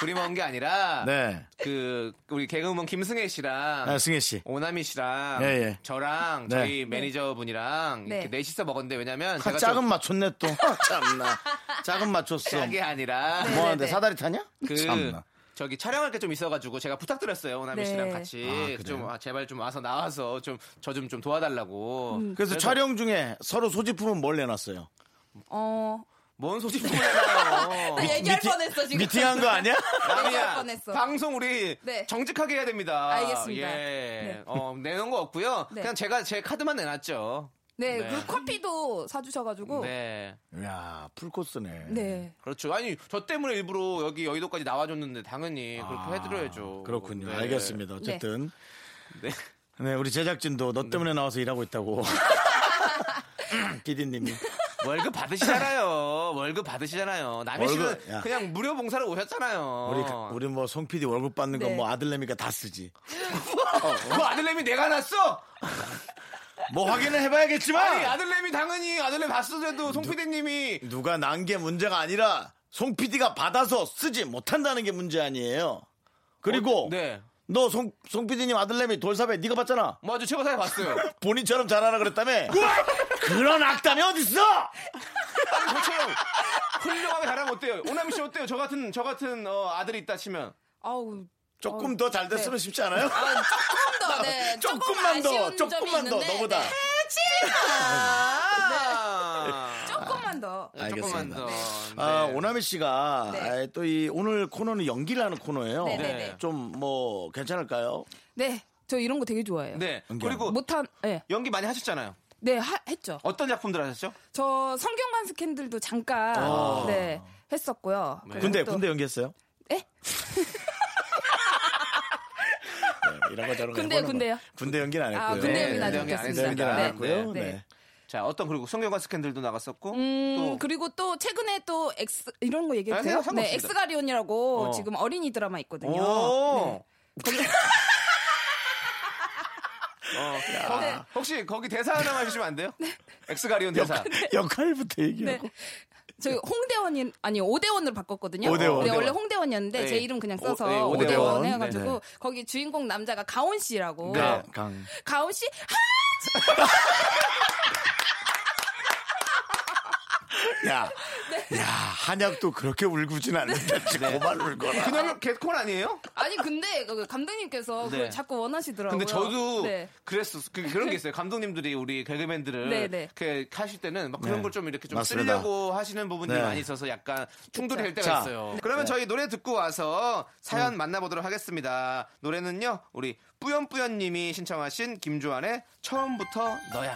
[SPEAKER 2] 둘이 먹은 게 아니라
[SPEAKER 1] 네.
[SPEAKER 2] 그 우리 개그우먼 김승혜 씨랑
[SPEAKER 1] 아, 승혜 씨.
[SPEAKER 2] 오나미 씨랑
[SPEAKER 1] 예, 예.
[SPEAKER 2] 저랑
[SPEAKER 1] 네.
[SPEAKER 2] 저희 매니저분이랑
[SPEAKER 8] 네.
[SPEAKER 2] 이렇게 넷이서 먹었는데 왜냐면
[SPEAKER 1] 아,
[SPEAKER 2] 제가
[SPEAKER 1] 작은
[SPEAKER 2] 좀
[SPEAKER 1] 맞췄네 또. 아, 참나. 작은 맞췄어.
[SPEAKER 2] 짜게 아니라
[SPEAKER 8] 네.
[SPEAKER 1] 뭐 하는데 사다리 타냐?
[SPEAKER 2] 그
[SPEAKER 1] 뭐, 참나.
[SPEAKER 2] 저기 촬영할 게 좀 있어가지고 제가 부탁드렸어요 오나미
[SPEAKER 8] 네.
[SPEAKER 2] 씨랑 같이
[SPEAKER 1] 아,
[SPEAKER 2] 좀
[SPEAKER 1] 그래요?
[SPEAKER 2] 아, 제발 좀 와서 나와서 좀 저 좀 좀 도와달라고.
[SPEAKER 1] 음. 그래서 촬영 중에 서로 소지품은 뭘 내놨어요?
[SPEAKER 8] 어
[SPEAKER 2] 뭔 소식이야? 요
[SPEAKER 8] 얘기할 뻔했어 지금
[SPEAKER 1] 미팅한 거 아니야?
[SPEAKER 8] 얘기할
[SPEAKER 2] 남이야
[SPEAKER 8] 뻔했어
[SPEAKER 2] 방송 우리
[SPEAKER 8] 네.
[SPEAKER 2] 정직하게 해야 됩니다.
[SPEAKER 8] 알겠습니다.
[SPEAKER 2] 예,
[SPEAKER 8] 네.
[SPEAKER 2] 어, 내놓은 거 없고요.
[SPEAKER 8] 네.
[SPEAKER 2] 그냥 제가 제 카드만 내놨죠.
[SPEAKER 8] 네,
[SPEAKER 2] 네.
[SPEAKER 8] 그 커피도 사주셔가지고. 네.
[SPEAKER 2] 네.
[SPEAKER 1] 야, 풀코스네.
[SPEAKER 2] 그렇죠. 아니 저 때문에 일부러 여기 여의도까지 나와줬는데 당연히 그렇게
[SPEAKER 1] 아,
[SPEAKER 2] 해드려야죠.
[SPEAKER 1] 그렇군요.
[SPEAKER 2] 네.
[SPEAKER 1] 알겠습니다. 어쨌든.
[SPEAKER 2] 네.
[SPEAKER 1] 네, 우리 제작진도 너 때문에 나와서 일하고 있다고. 피디님이.
[SPEAKER 2] 월급 받으시잖아요. 월급 받으시잖아요. 남희 씨는
[SPEAKER 1] 월급, 야.
[SPEAKER 2] 그냥 무료 봉사로 오셨잖아요.
[SPEAKER 1] 우리, 우리 뭐 송 PD 월급 받는 건
[SPEAKER 8] 네.
[SPEAKER 1] 뭐 아들내미가 다 쓰지.
[SPEAKER 2] 그 아들내미 내가 났어.
[SPEAKER 1] 뭐 확인을 해봐야겠지만.
[SPEAKER 2] 아니 아들내미 당연히 아들내미 봤어도 송 PD님이
[SPEAKER 1] 누가 난 게 문제가 아니라 송 PD가 받아서 쓰지 못한다는 게 문제 아니에요. 그리고
[SPEAKER 2] 어, 네.
[SPEAKER 1] 너 송 송 PD님 아들내미 돌사배 네가 봤잖아.
[SPEAKER 2] 뭐 맞아 최고사에 봤어요.
[SPEAKER 1] 본인처럼 잘하라 그랬다며. 그런 악담이 어딨어?
[SPEAKER 2] 아니 그렇죠. 저처럼 훌륭하게 잘하면 어때요? 오남희 씨 어때요? 저 같은 저 같은 어, 아들이 있다 치면
[SPEAKER 8] 아우.
[SPEAKER 1] 조금 더
[SPEAKER 8] 네.
[SPEAKER 1] 잘 됐으면 쉽지 않아요?
[SPEAKER 8] 아, 조금 더, 네. 조금
[SPEAKER 1] 조금만 더,
[SPEAKER 8] 아쉬운 점이
[SPEAKER 1] 조금만 더
[SPEAKER 8] 있는데,
[SPEAKER 1] 너보다. 네.
[SPEAKER 8] 네.
[SPEAKER 2] 아~
[SPEAKER 8] 네.
[SPEAKER 2] 네,
[SPEAKER 8] 조금만 더.
[SPEAKER 2] 조금만 더.
[SPEAKER 1] 아,
[SPEAKER 2] 네.
[SPEAKER 1] 오나미 씨가
[SPEAKER 8] 네.
[SPEAKER 1] 아, 또 이 오늘 코너는 연기를 하는 코너예요.
[SPEAKER 8] 네, 네, 네.
[SPEAKER 1] 좀 뭐 괜찮을까요?
[SPEAKER 8] 네. 저 이런 거 되게 좋아해요.
[SPEAKER 2] 네.
[SPEAKER 1] 연기하는
[SPEAKER 2] 그리고
[SPEAKER 8] 못한, 네.
[SPEAKER 2] 연기 많이 하셨잖아요.
[SPEAKER 8] 네, 하- 했죠.
[SPEAKER 2] 어떤 작품들 하셨죠?
[SPEAKER 8] 저 성경관 스캔들도 잠깐,
[SPEAKER 2] 아.
[SPEAKER 8] 네. 했었고요.
[SPEAKER 2] 네.
[SPEAKER 8] 그리고
[SPEAKER 1] 군대
[SPEAKER 8] 또- 예?
[SPEAKER 1] 군대 연기했어요?
[SPEAKER 8] 에?
[SPEAKER 1] 네, 이런 거 저런 거
[SPEAKER 8] 군대,
[SPEAKER 1] 해보는 거.
[SPEAKER 8] 군대요?
[SPEAKER 1] 군대 연기는 안 했고요.
[SPEAKER 8] 아, 군대
[SPEAKER 2] 네,
[SPEAKER 8] 연기는 아직
[SPEAKER 2] 군대 연기 안
[SPEAKER 1] 군대
[SPEAKER 8] 못했습니다.
[SPEAKER 1] 연기는 안
[SPEAKER 2] 네,
[SPEAKER 1] 했고요.
[SPEAKER 8] 네.
[SPEAKER 1] 네.
[SPEAKER 2] 자, 어떤 그리고 성경관 스캔들도 나갔었고
[SPEAKER 8] 음,
[SPEAKER 2] 또
[SPEAKER 8] 그리고 또 최근에 또 엑스 이런 거 얘기해도
[SPEAKER 2] 아,
[SPEAKER 8] 돼요?
[SPEAKER 2] 상관없습니다.
[SPEAKER 8] 네, 엑스가리온이라고
[SPEAKER 2] 어.
[SPEAKER 8] 지금 어린이 드라마 있거든요. 네.
[SPEAKER 2] 오. 어, 거-
[SPEAKER 8] 네.
[SPEAKER 2] 혹시 거기 대사 하나만 해주시면 안 돼요? 엑스가리온 대사.
[SPEAKER 1] 역할부터
[SPEAKER 8] 네.
[SPEAKER 1] 얘기하고.
[SPEAKER 8] 저 홍대원이 아니 오대원으로 바꿨거든요.
[SPEAKER 1] 오대원.
[SPEAKER 8] 네, 원래
[SPEAKER 2] 오대원.
[SPEAKER 8] 홍대원이었는데
[SPEAKER 2] 네.
[SPEAKER 8] 제 이름 그냥 써서
[SPEAKER 2] 오- 네,
[SPEAKER 8] 오대원,
[SPEAKER 2] 오대원.
[SPEAKER 8] 해가지고
[SPEAKER 1] 네.
[SPEAKER 8] 거기 주인공 남자가 가온 씨라고.
[SPEAKER 2] 네.
[SPEAKER 1] 강.
[SPEAKER 8] 가온 씨
[SPEAKER 1] 야,
[SPEAKER 8] 네.
[SPEAKER 1] 야, 한약도 그렇게 울고진 않는데 그만 울거나.
[SPEAKER 2] 그녀는 개콘 아니에요?
[SPEAKER 8] 아니 근데 그 감독님께서
[SPEAKER 2] 네.
[SPEAKER 8] 그걸 자꾸 원하시더라고요.
[SPEAKER 2] 근데 저도
[SPEAKER 8] 네.
[SPEAKER 2] 그랬어 그, 그런 게 있어요. 감독님들이 우리 개그맨들을
[SPEAKER 8] 네, 네.
[SPEAKER 2] 이렇게 하실 때는 막 그런
[SPEAKER 1] 네.
[SPEAKER 2] 걸 좀 이렇게 좀
[SPEAKER 1] 맞습니다.
[SPEAKER 2] 쓰려고 하시는 부분이
[SPEAKER 1] 네.
[SPEAKER 2] 많이 있어서 약간 충돌이 될 때가
[SPEAKER 1] 자. 네. 음.
[SPEAKER 2] 있어요.
[SPEAKER 8] 네.
[SPEAKER 2] 그러면 저희 노래 듣고 와서 사연 만나보도록 하겠습니다. 노래는요 우리 뿌연뿌연님이 신청하신 김주환의 처음부터 너야.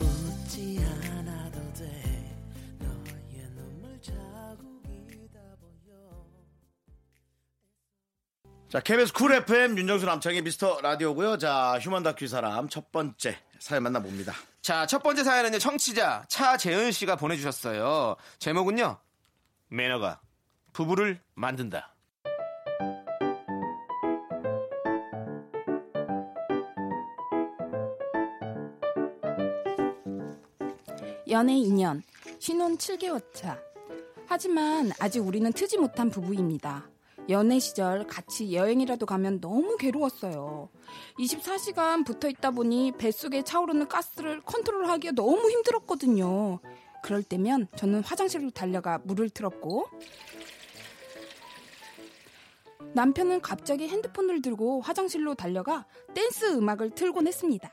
[SPEAKER 3] 웃지 않아도 돼 너의 눈물 자국이다 보여
[SPEAKER 1] 자, KBS 쿨 FM 윤정수 남창의 미스터 라디오고요. 자, 휴먼 다큐 이 사람 첫 번째 사연 만나봅니다.
[SPEAKER 2] 자, 첫 번째 사연은요, 청취자 차재은 씨가 보내주셨어요. 제목은요, 매너가 부부를 만든다.
[SPEAKER 8] 연애 2년, 신혼 7개월 차. 하지만 아직 우리는 트지 못한 부부입니다. 연애 시절 같이 여행이라도 가면 너무 괴로웠어요. 24시간 붙어 있다 보니 뱃속에 차오르는 가스를 컨트롤하기가 너무 힘들었거든요. 그럴 때면 저는 화장실로 달려가 물을 틀었고 남편은 갑자기 핸드폰을 들고 화장실로 달려가 댄스 음악을 틀곤 했습니다.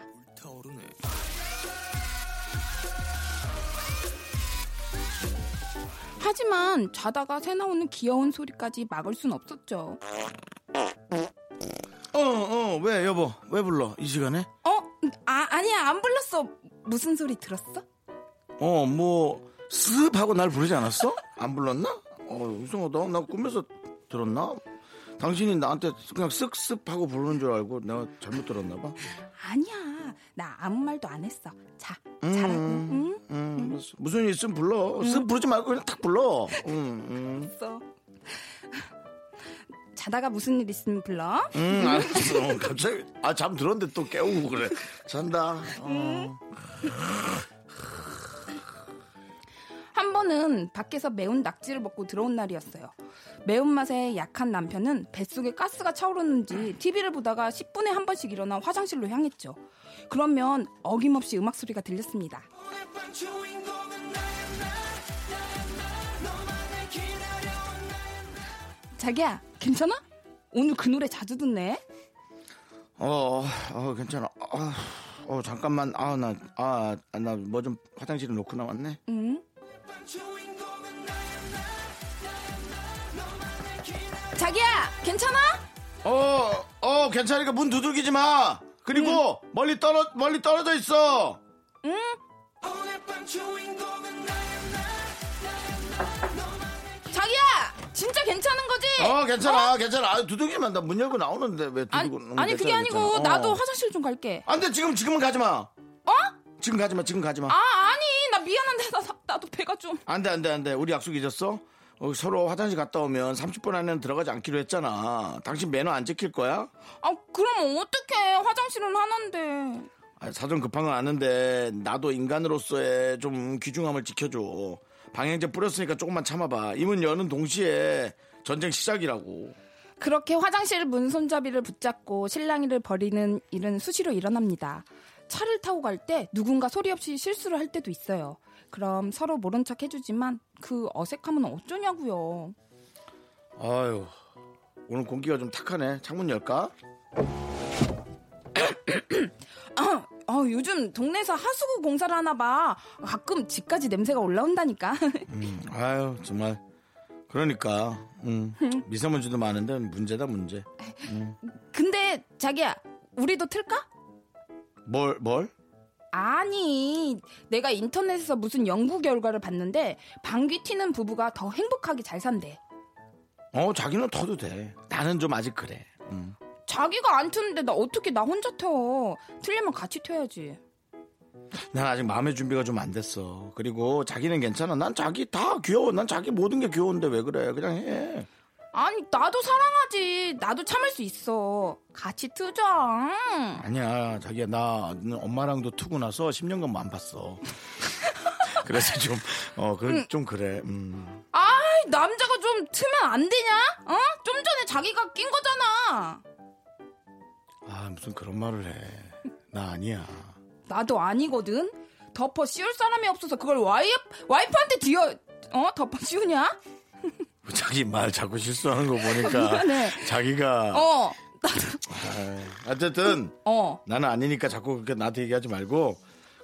[SPEAKER 8] 하지만 자다가 새 나오는 귀여운 소리까지 막을 순 없었죠.
[SPEAKER 1] 어, 어, 왜 여보? 왜 불러? 이 시간에?
[SPEAKER 8] 어? 아, 아니야. 안 불렀어. 무슨 소리 들었어?
[SPEAKER 1] 어, 뭐, 습 하고 날 부르지 않았어? 안 불렀나? 어, 이상하다. 나 꿈에서 들었나? 당신이 나한테 그냥 쓱쓱 하고 부르는 줄 알고 내가 잘못 들었나 봐.
[SPEAKER 8] 아니야. 나 아무 말도 안 했어. 자, 잘하고. 응?
[SPEAKER 1] 음, 알았어. 무슨 일 있으면 불러. 쓱 부르지 말고 그냥 탁 불러. 음, 음.
[SPEAKER 8] 없어. 자다가 무슨 일 있으면 불러.
[SPEAKER 1] 음, 알았어. 갑자기 아, 잠 들었는데 또 깨우고 그래. 잔다. 어.
[SPEAKER 8] 한 번은 밖에서 매운 낙지를 먹고 들어온 날이었어요. 매운맛에 약한 남편은 뱃속에 가스가 차오르는지 TV를 보다가 10분에 한 번씩 일어나 화장실로 향했죠. 그러면 어김없이 음악 소리가 들렸습니다. 자기야, 괜찮아? 오늘 그 노래 자주 듣네?
[SPEAKER 1] 어, 어, 괜찮아. 아, 어, 잠깐만. 아, 나, 아, 나 뭐 좀 화장실에 놓고 나왔네.
[SPEAKER 8] 응. 자기야, 괜찮아?
[SPEAKER 1] 어, 어, 괜찮으니까 문 두들기지 마. 그리고
[SPEAKER 8] 음.
[SPEAKER 1] 멀리 떨어, 멀리 떨어져 있어.
[SPEAKER 8] 자기야, 진짜 괜찮은 거지?
[SPEAKER 1] 어, 괜찮아, 괜찮아. 아, 두들기면 나 문 열고 나오는데 왜
[SPEAKER 8] 아니,
[SPEAKER 1] 두들고? 음,
[SPEAKER 8] 아니 그게
[SPEAKER 1] 괜찮아,
[SPEAKER 8] 아니고
[SPEAKER 1] 괜찮아. 어.
[SPEAKER 8] 나도 화장실 좀 갈게.
[SPEAKER 1] 안 돼, 지금 지금은 가지 마.
[SPEAKER 8] 어?
[SPEAKER 1] 지금 가지 마, 지금 가지 마.
[SPEAKER 8] 아 아니 나 미안한데 나, 나- 나도 배가 좀.
[SPEAKER 1] 안 돼, 안 돼, 안 돼. 우리 약속 잊었어? 어, 서로 화장실 갔다 오면 30분 안에는 들어가지 않기로 했잖아. 당신 매너 안 지킬 거야?
[SPEAKER 8] 아 그럼 어떡해 화장실은 하나인데.
[SPEAKER 1] 아, 사정 급한 건 아는데 나도 인간으로서의 좀 귀중함을 지켜줘. 방향제 뿌렸으니까 조금만 참아봐. 이 문 여는 동시에 전쟁 시작이라고.
[SPEAKER 8] 그렇게 화장실 문 손잡이를 붙잡고 실랑이를 벌이는 일은 수시로 일어납니다. 차를 타고 갈 때 누군가 소리 없이 실수를 할 때도 있어요. 그럼 서로 모른 척 해주지만 그 어색함은 어쩌냐고요.
[SPEAKER 1] 아유, 오늘 공기가 좀 탁하네. 창문 열까?
[SPEAKER 8] 아, 요즘 동네에서 하수구 공사를 하나 봐. 가끔 집까지 냄새가 올라온다니까.
[SPEAKER 1] 아유, 정말. 그러니까, 음, 미세먼지도 많은데 문제다, 문제.
[SPEAKER 8] 근데 자기야, 우리도 틀까?
[SPEAKER 1] 뭘, 뭘?
[SPEAKER 8] 아니, 내가 인터넷에서 무슨 연구 결과를 봤는데 방귀 튀는 부부가 더 행복하게 잘 산대.
[SPEAKER 1] 어, 자기는 터도 돼. 나는 좀 아직 그래. 음.
[SPEAKER 8] 자기가 안 트는데 나 어떻게 나 혼자 튀어? 틀리면 같이 튀어야지.
[SPEAKER 1] 난 아직 마음의 준비가 좀 안 됐어. 그리고 자기는 괜찮아. 난 자기 다 귀여워. 난 자기 모든 게 귀여운데 왜 그래? 그냥 해.
[SPEAKER 8] 아니, 나도 사랑하지. 나도 참을 수 있어. 같이 트자.
[SPEAKER 1] 아니야, 자기야. 나 엄마랑도 투고 나서 10년간 뭐안 봤어. 뭐 그래서 좀, 어, 그, 좀 그래. 음.
[SPEAKER 8] 아이 남자가 좀 트면 안 되냐? 어? 좀 전에 자기가 낀 거잖아.
[SPEAKER 1] 아, 무슨 그런 말을 해. 나 아니야.
[SPEAKER 8] 나도 아니거든. 덮어 씌울 사람이 없어서 그걸 와이프 와이프한테 뒤어 어 덮어 씌우냐?
[SPEAKER 1] 뭐 자기 말 자꾸 실수하는 거 보니까.
[SPEAKER 8] 미안해.
[SPEAKER 1] 자기가.
[SPEAKER 8] 어.
[SPEAKER 1] 아, 어쨌든.
[SPEAKER 8] 어.
[SPEAKER 1] 나는 아니니까 자꾸 그렇게 나한테 얘기하지 말고.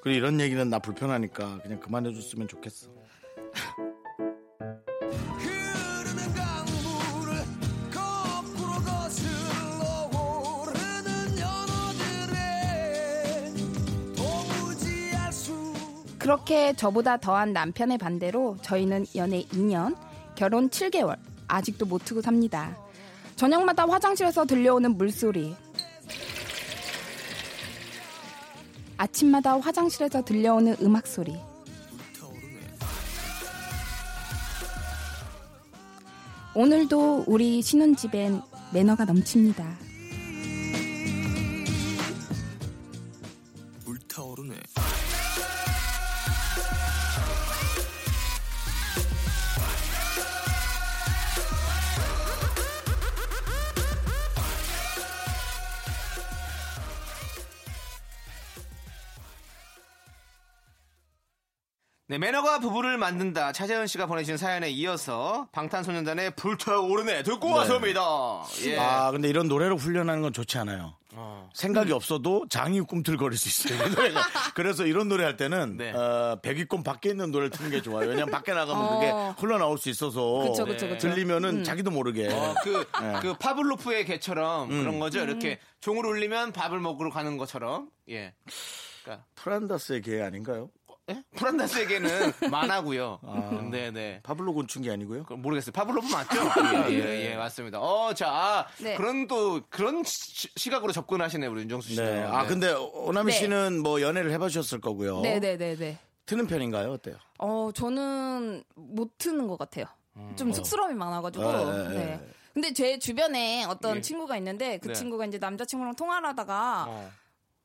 [SPEAKER 1] 그리고 이런 얘기는 나 불편하니까 그냥 그만해줬으면 좋겠어.
[SPEAKER 3] 흐르는 강물을 거꾸로 거슬러 오르는 연어들의 도무지 알수
[SPEAKER 8] 그렇게 저보다 더한 남편의 반대로 저희는 연애 2년, 결혼 7개월, 아직도 못 트고 삽니다. 저녁마다 화장실에서 들려오는 물소리. 아침마다 화장실에서 들려오는 음악 소리. 오늘도 우리 신혼집엔 매너가 넘칩니다.
[SPEAKER 3] 불타오르네
[SPEAKER 2] 네, 매너가 부부를 만든다. 차재현 씨가 보내신 사연에 이어서 방탄소년단의 불타오르네 듣고 왔습니다. 예.
[SPEAKER 1] 아, 근데 이런 노래로 훈련하는 건 좋지 않아요.
[SPEAKER 2] 어.
[SPEAKER 1] 생각이 없어도 장이 꿈틀거릴 수 있어요. 이 노래가. 그래서 이런 노래 할 때는
[SPEAKER 2] 네.
[SPEAKER 1] 어, 백위권 밖에 있는 노래를 트는 게 좋아요. 왜냐면 밖에 나가면
[SPEAKER 8] 어.
[SPEAKER 1] 그게 흘러나올 수 있어서
[SPEAKER 8] 그쵸, 그쵸, 그쵸. 음.
[SPEAKER 1] 들리면은 자기도 모르게
[SPEAKER 2] 어, 그,
[SPEAKER 1] 네.
[SPEAKER 2] 그 파블로프의 개처럼
[SPEAKER 1] 음.
[SPEAKER 2] 그런 거죠. 이렇게
[SPEAKER 8] 음.
[SPEAKER 2] 종을 울리면 밥을 먹으러 가는 것처럼. 예.
[SPEAKER 1] 프란다스의 개 아닌가요?
[SPEAKER 2] 예? 프란다스에게는 만하고요.
[SPEAKER 1] 아.
[SPEAKER 2] 네네.
[SPEAKER 1] 파블로 곤충 게 아니고요.
[SPEAKER 2] 그럼 모르겠어요. 파블로프
[SPEAKER 1] 아,
[SPEAKER 2] 맞죠? 예, 예, 예, 맞습니다. 어, 자, 아,
[SPEAKER 8] 네.
[SPEAKER 2] 그런 또, 그런 시, 각으로 접근하시네, 요 우리 윤정수 씨.
[SPEAKER 1] 네. 아 근데 오나미
[SPEAKER 8] 네.
[SPEAKER 1] 씨는 뭐 연애를 해보셨을
[SPEAKER 8] 어?
[SPEAKER 1] 거고요.
[SPEAKER 8] 네네네네.
[SPEAKER 1] 트는 편인가요? 어때요?
[SPEAKER 8] 어, 저는 못 트는 것 같아요. 좀 쑥스러움이 많아가지고.
[SPEAKER 1] 아, 예, 예.
[SPEAKER 8] 어. 네. 근데 제 주변에 어떤
[SPEAKER 2] 예.
[SPEAKER 8] 친구가 있는데 그
[SPEAKER 2] 네.
[SPEAKER 8] 친구가 이제 남자친구랑 통화를 하다가
[SPEAKER 2] 어.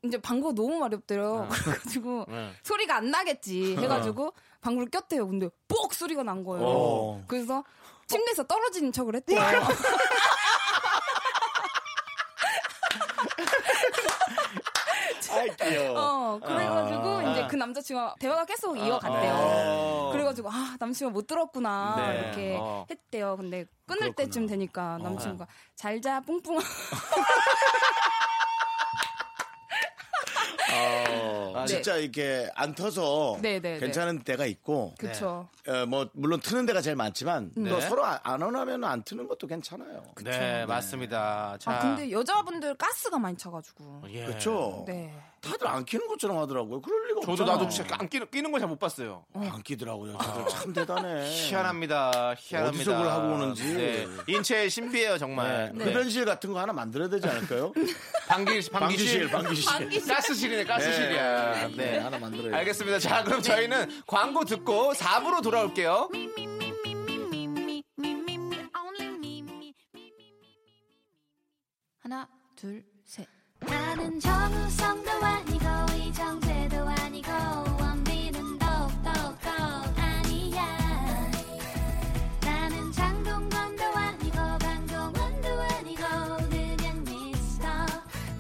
[SPEAKER 8] 이제 방구가 너무 마렵대요. 그래가지고
[SPEAKER 2] 네.
[SPEAKER 8] 소리가 안 나겠지 해가지고 방구를 꼈대요. 근데 뽁 소리가 난 거예요.
[SPEAKER 1] 어.
[SPEAKER 8] 그래서 침대에서 떨어지는 척을 했대요.
[SPEAKER 1] 아이 귀여워.
[SPEAKER 8] 어, 그래가지고 이제 그 남자친구가 대화가 계속 이어갔대요.
[SPEAKER 2] 네. 어.
[SPEAKER 8] 그래가지고 아 남친은 못 들었구나
[SPEAKER 2] 네.
[SPEAKER 8] 이렇게
[SPEAKER 2] 어.
[SPEAKER 8] 했대요. 근데 끊을 때쯤 되니까 남친과 잘자 뿡뿡.
[SPEAKER 1] 아,
[SPEAKER 8] 네.
[SPEAKER 1] 진짜 이렇게 안 터서
[SPEAKER 8] 네, 네, 네.
[SPEAKER 1] 괜찮은 때가 있고
[SPEAKER 8] 그쵸.
[SPEAKER 1] 어, 뭐 물론 트는 데가 제일 많지만 또
[SPEAKER 2] 네.
[SPEAKER 1] 서로 안- 안 원하면 안 트는 것도 괜찮아요.
[SPEAKER 2] 네, 맞습니다. 자.
[SPEAKER 8] 아 근데 여자분들 가스가 많이 차가지고.
[SPEAKER 2] 예.
[SPEAKER 1] 그렇죠.
[SPEAKER 8] 네.
[SPEAKER 1] 다들 안 끼는 것처럼 하더라고요. 그럴 리가
[SPEAKER 2] 저도
[SPEAKER 1] 없잖아.
[SPEAKER 2] 나도 진짜 안 끼는, 끼는 걸 잘 못 봤어요.
[SPEAKER 1] 안 끼더라고요. 다들 참 대단해.
[SPEAKER 2] 희한합니다. 희한합니다.
[SPEAKER 1] 예. 어디서 그걸 하고 오는지.
[SPEAKER 2] 네. 인체의 신비예요, 정말. 네.
[SPEAKER 1] 흡연실 그 같은 거 하나 만들어야 되지 않을까요?
[SPEAKER 2] 방귀, 방귀실.
[SPEAKER 1] 방귀실, 방귀실.
[SPEAKER 2] 가스실이네, 가스실이야. 네.
[SPEAKER 1] 네, 하나 만들어야 돼.
[SPEAKER 2] 알겠습니다. 자, 그럼 저희는 광고 듣고 4부로 돌아올게요.
[SPEAKER 6] Me, me, me, me, me, me, me, me, me, only me, me, me, me.
[SPEAKER 8] 하나 둘 셋.
[SPEAKER 4] 나는 정우성도 아니고 이정재도 아니고 원빈은 더욱더 아니야 나는 장동건도 아니고 강동원도 아니고 그냥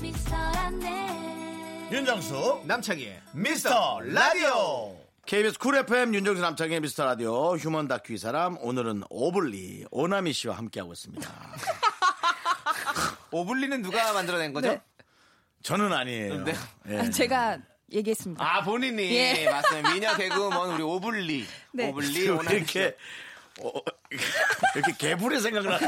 [SPEAKER 4] 미스터 미스터란데
[SPEAKER 1] 윤정수
[SPEAKER 2] 남창희의
[SPEAKER 1] 미스터 라디오 KBS 쿨 FM 윤정수 남창의 미스터 라디오 휴먼 다큐 이 사람 오늘은 오블리 오나미 씨와 함께하고 있습니다
[SPEAKER 2] 오블리는 누가 만들어낸 거죠?
[SPEAKER 8] 네.
[SPEAKER 1] 저는 아니에요
[SPEAKER 2] 네.
[SPEAKER 1] 예.
[SPEAKER 8] 아, 제가 얘기했습니다.
[SPEAKER 2] 아, 본인이.
[SPEAKER 8] 예.
[SPEAKER 2] 맞습니다. 미녀 개그우먼 우리 오블리.
[SPEAKER 8] 네.
[SPEAKER 2] 오블리
[SPEAKER 1] 그리고
[SPEAKER 2] 오나 씨.
[SPEAKER 1] 이렇게 어, 이렇게 개불의 생각나는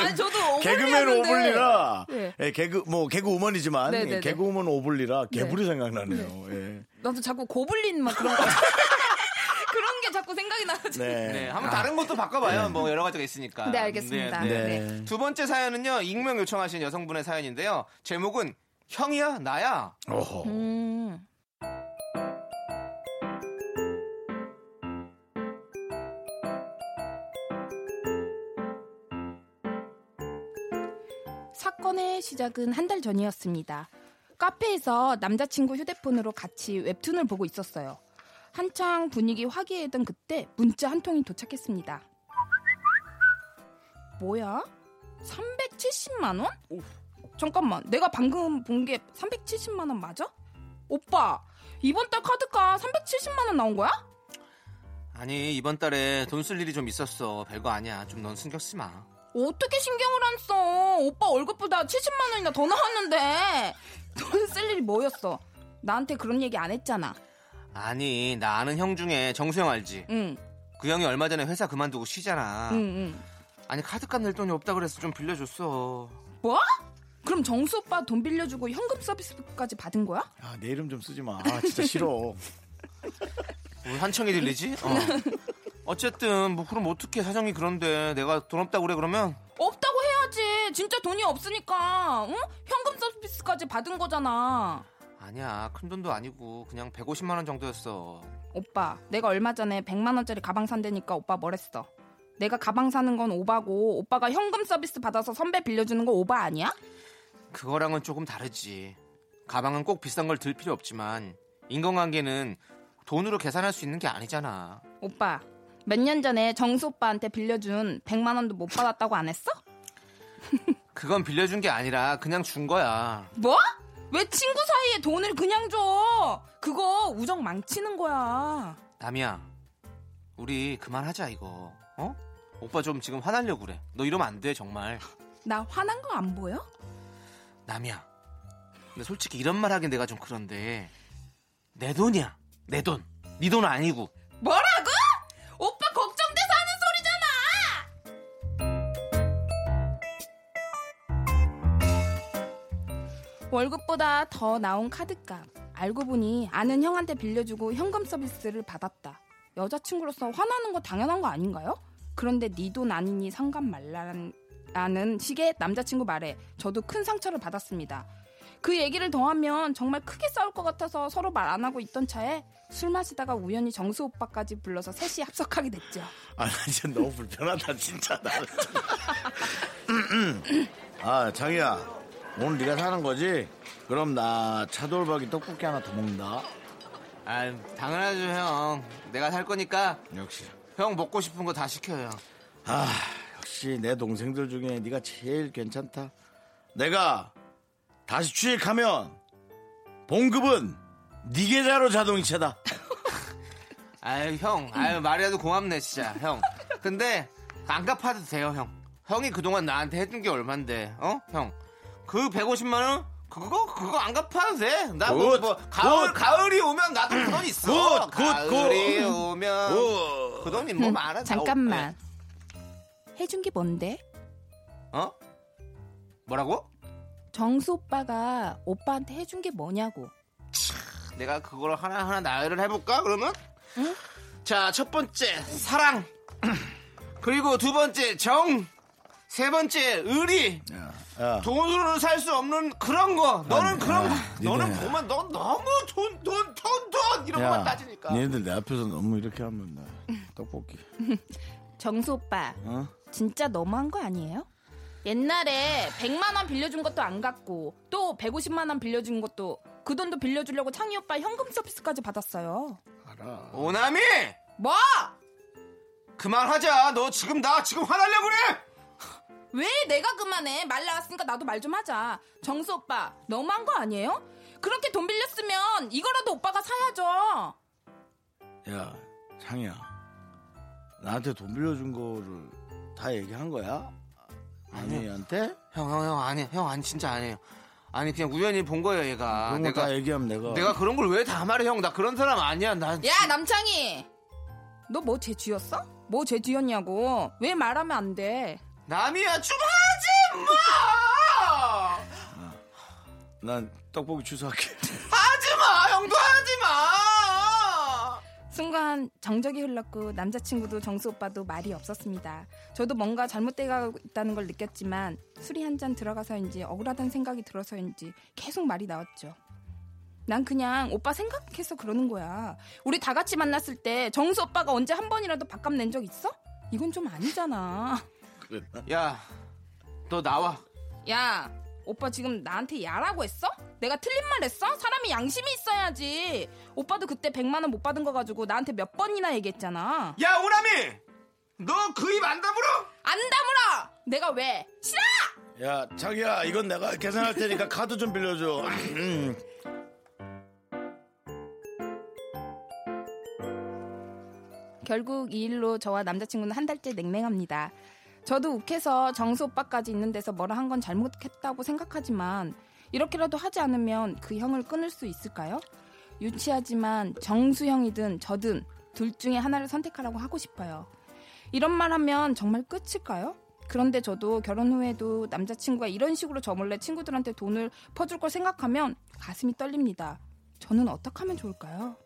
[SPEAKER 8] 아니 저도
[SPEAKER 1] 개그맨
[SPEAKER 8] 오블리였는데.
[SPEAKER 1] 오블리라
[SPEAKER 8] 네.
[SPEAKER 1] 예, 개그 뭐 개그 우먼이지만
[SPEAKER 8] 네, 네, 네.
[SPEAKER 1] 개그 우먼 오블리라 개불이 생각나네요 예.
[SPEAKER 8] 나도 자꾸 고블린 막 그런 거. 그런 게 자꾸 생각이 나가지고.
[SPEAKER 1] 네.
[SPEAKER 2] 네, 한번 다른 것도 바꿔봐요. 뭐 여러 가지가 있으니까.
[SPEAKER 8] 네, 알겠습니다.
[SPEAKER 2] 네, 네.
[SPEAKER 8] 네.
[SPEAKER 1] 네.
[SPEAKER 2] 두 번째 사연은요, 익명 요청하신 여성분의 사연인데요. 제목은 형이야, 나야.
[SPEAKER 1] 어허.
[SPEAKER 8] 음. 사건의 시작은 한 달 전이었습니다. 카페에서 남자친구 휴대폰으로 같이 웹툰을 보고 있었어요. 한창 분위기 화기애애던 그때 문자 한 통이 도착했습니다. 뭐야? 370만 원? 잠깐만, 내가 방금 본 게 370만 원 맞아? 오빠, 이번 달 카드가 370만 원 나온 거야?
[SPEAKER 2] 아니 이번 달에 돈 쓸 일이 좀 있었어. 별거 아니야. 좀 넌 신경 쓰지 마.
[SPEAKER 8] 어떻게 신경을 안 써? 오빠 월급보다 70만 원이나 더 나왔는데 돈 쓸 일이 뭐였어? 나한테 그런 얘기 안 했잖아.
[SPEAKER 2] 아니 나 아는 형 중에 정수형 알지?
[SPEAKER 8] 응,
[SPEAKER 2] 그 형이 얼마 전에 회사 그만두고 쉬잖아.
[SPEAKER 8] 응, 응.
[SPEAKER 2] 아니 카드값 낼 돈이 없다 그래서 좀 빌려줬어.
[SPEAKER 8] 뭐? 그럼 정수 오빠 돈 빌려주고 현금 서비스까지 받은 거야?
[SPEAKER 1] 야, 내 이름 좀 쓰지 마. 아, 진짜 싫어.
[SPEAKER 2] 왜뭐 한청이 들리지? 어. 어쨌든 뭐 그럼 어떻게 사정이 그런데 내가 돈 없다 고 그래 그러면
[SPEAKER 8] 없다고 해야지. 진짜 돈이 없으니까. 응? 현금 서비스까지 받은 거잖아.
[SPEAKER 2] 아니야 큰 돈도 아니고 그냥 150만 원 정도였어.
[SPEAKER 8] 오빠, 내가 얼마 전에 100만 원짜리 가방 산다니까 오빠 뭐랬어? 내가 가방 사는 건 오바고 오빠가 현금 서비스 받아서 선배 빌려주는 거 오바 아니야?
[SPEAKER 2] 그거랑은 조금 다르지. 가방은 꼭 비싼 걸 들 필요 없지만 인간관계는 돈으로 계산할 수 있는 게 아니잖아.
[SPEAKER 8] 오빠, 몇 년 전에 정수 오빠한테 빌려준 100만 원도 못 받았다고 안 했어?
[SPEAKER 2] 그건 빌려준 게 아니라 그냥 준 거야.
[SPEAKER 8] 뭐? 왜 친구 사이에 돈을 그냥 줘? 그거 우정 망치는 거야.
[SPEAKER 2] 남이야, 우리 그만하자 이거. 어? 오빠 좀 지금 화나려고 그래. 너 이러면 안 돼 정말.
[SPEAKER 8] 나 화난 거 안 보여?
[SPEAKER 2] 남이야. 근데 솔직히 이런 말 하긴 내가 좀 그런데 내 돈이야. 내 돈. 네 돈 아니고.
[SPEAKER 8] 뭐라고? 오빠 걱정돼서 하는 소리잖아. 월급보다 더 나온 카드값. 알고 보니 아는 형한테 빌려주고 현금 서비스를 받았다. 여자친구로서 화나는 거 당연한 거 아닌가요? 그런데 네 돈 아니니 상관 말라는 식의 남자친구 말에 저도 큰 상처를 받았습니다. 그 얘기를 더하면 정말 크게 싸울 것 같아서 서로 말 안 하고 있던 차에 술 마시다가 우연히 정수 오빠까지 불러서 셋이 합석하게 됐죠.
[SPEAKER 1] 아, 나 진짜 너무 불편하다, 진짜. 나. 진짜. 음, 음. 아, 장이야. 오늘 네가 사는 거지? 그럼 나 차돌박이 떡볶이 하나 더 먹는다.
[SPEAKER 2] 아 당연하죠 형. 내가 살 거니까
[SPEAKER 1] 역시.
[SPEAKER 2] 형 먹고 싶은 거 다 시켜요.
[SPEAKER 1] 아, 역시 내 동생들 중에 네가 제일 괜찮다. 내가 다시 취직하면 봉급은 네 계좌로 자동이체다.
[SPEAKER 2] 아유 형, 아유 말이라도 고맙네 진짜 형. 근데 안 갚아도 돼요 형. 형이 그동안 나한테 해준 게 얼만데, 어 형? 그 150만 원 그거 그거 안 갚아도 돼. 나 뭐
[SPEAKER 1] 굿,
[SPEAKER 2] 가을
[SPEAKER 1] 굿.
[SPEAKER 2] 가을이 오면 나도 그 돈 있어.
[SPEAKER 1] 굿, 굿,
[SPEAKER 2] 가을이
[SPEAKER 1] 굿.
[SPEAKER 2] 오면
[SPEAKER 1] 오.
[SPEAKER 2] 그 돈이 뭐 많아. 다
[SPEAKER 8] 음, 잠깐만. 해준 게 뭔데?
[SPEAKER 2] 어? 뭐라고?
[SPEAKER 8] 정수 오빠가 오빠한테 해준 게 뭐냐고.
[SPEAKER 2] 내가 그걸 하나하나 나열을 해볼까, 그러면? 자, 첫 번째, 사랑. 그리고 두 번째, 정. 세 번째, 의리.
[SPEAKER 1] 야,
[SPEAKER 2] 돈으로는 살 수 없는 그런 거. 너는 그런 거. 너는
[SPEAKER 1] 아, 니네.
[SPEAKER 2] 보면 너 너무 돈, 돈, 돈, 돈. 이런 것만 따지니까.
[SPEAKER 1] 얘네들 내 앞에서 너무 이렇게 하면 나 떡볶이.
[SPEAKER 8] 정수 오빠,
[SPEAKER 1] 어?
[SPEAKER 8] 진짜 너무한 거 아니에요? 옛날에 100만 원 빌려준 것도 안 갚고 또 150만 원 빌려준 것도 그 돈도 빌려주려고 창희 오빠 현금 서비스까지 받았어요.
[SPEAKER 1] 알아.
[SPEAKER 2] 오남이!
[SPEAKER 8] 뭐?
[SPEAKER 2] 그만하자. 너 지금 나 지금 화나려고 그래!
[SPEAKER 8] 왜 내가 그만해? 말 나왔으니까 나도 말 좀 하자. 정수 오빠, 너무한 거 아니에요? 그렇게 돈 빌렸으면 이거라도 오빠가 사야죠.
[SPEAKER 1] 야, 창이야. 나한테 돈 빌려준 거를 다 얘기한 거야? 아니한테?
[SPEAKER 2] 형, 형, 형, 아니, 형, 아니, 진짜 아니에요. 아니, 그냥 우연히 본 거예요, 얘가.
[SPEAKER 1] 그런 거 다 얘기하면 내가.
[SPEAKER 2] 아, 내가 그런 걸 왜 다 말해, 형. 나 그런 사람 아니야. 나
[SPEAKER 8] 야, 남창희! 너 뭐 죄 지었어? 뭐 죄 지었냐고. 왜 말하면 안 돼?
[SPEAKER 2] 남이야 좀 하지 마
[SPEAKER 1] 아, 난 떡볶이 취소할게.
[SPEAKER 2] 하지 마 형도 하지 마
[SPEAKER 8] 순간 정적이 흘렀고 남자친구도 정수 오빠도 말이 없었습니다. 저도 뭔가 잘못되고 있다는 걸 느꼈지만 술이 한 잔 들어가서인지 억울하다는 생각이 들어서인지 계속 말이 나왔죠. 난 그냥 오빠 생각해서 그러는 거야. 우리 다 같이 만났을 때 정수 오빠가 언제 한 번이라도 밥값 낸 적 있어? 이건 좀 아니잖아.
[SPEAKER 2] 야 너 나와
[SPEAKER 8] 야, 오빠 지금 나한테 야라고 했어? 내가 틀린 말 했어? 사람이 양심이 있어야지. 오빠도 그때 100만 원 못 받은 거 가지고 나한테 몇 번이나 얘기했잖아.
[SPEAKER 2] 야 오라미 너 그 입 안 다물어?
[SPEAKER 8] 안 다물어! 내가 왜? 싫어!
[SPEAKER 1] 야, 자기야, 이건 내가 계산할 테니까 카드 좀 빌려줘.
[SPEAKER 2] 아,
[SPEAKER 1] 음.
[SPEAKER 8] 결국 이 일로 저와 남자친구는 한 달째 냉랭합니다. 저도 욱해서 정수 오빠까지 있는 데서 뭐라 한 건 잘못했다고 생각하지만 이렇게라도 하지 않으면 그 형을 끊을 수 있을까요? 유치하지만 정수 형이든 저든 둘 중에 하나를 선택하라고 하고 싶어요. 이런 말 하면 정말 끝일까요? 그런데 저도 결혼 후에도 남자친구가 이런 식으로 저 몰래 친구들한테 돈을 퍼줄 걸 생각하면 가슴이 떨립니다. 저는 어떻게 하면 좋을까요?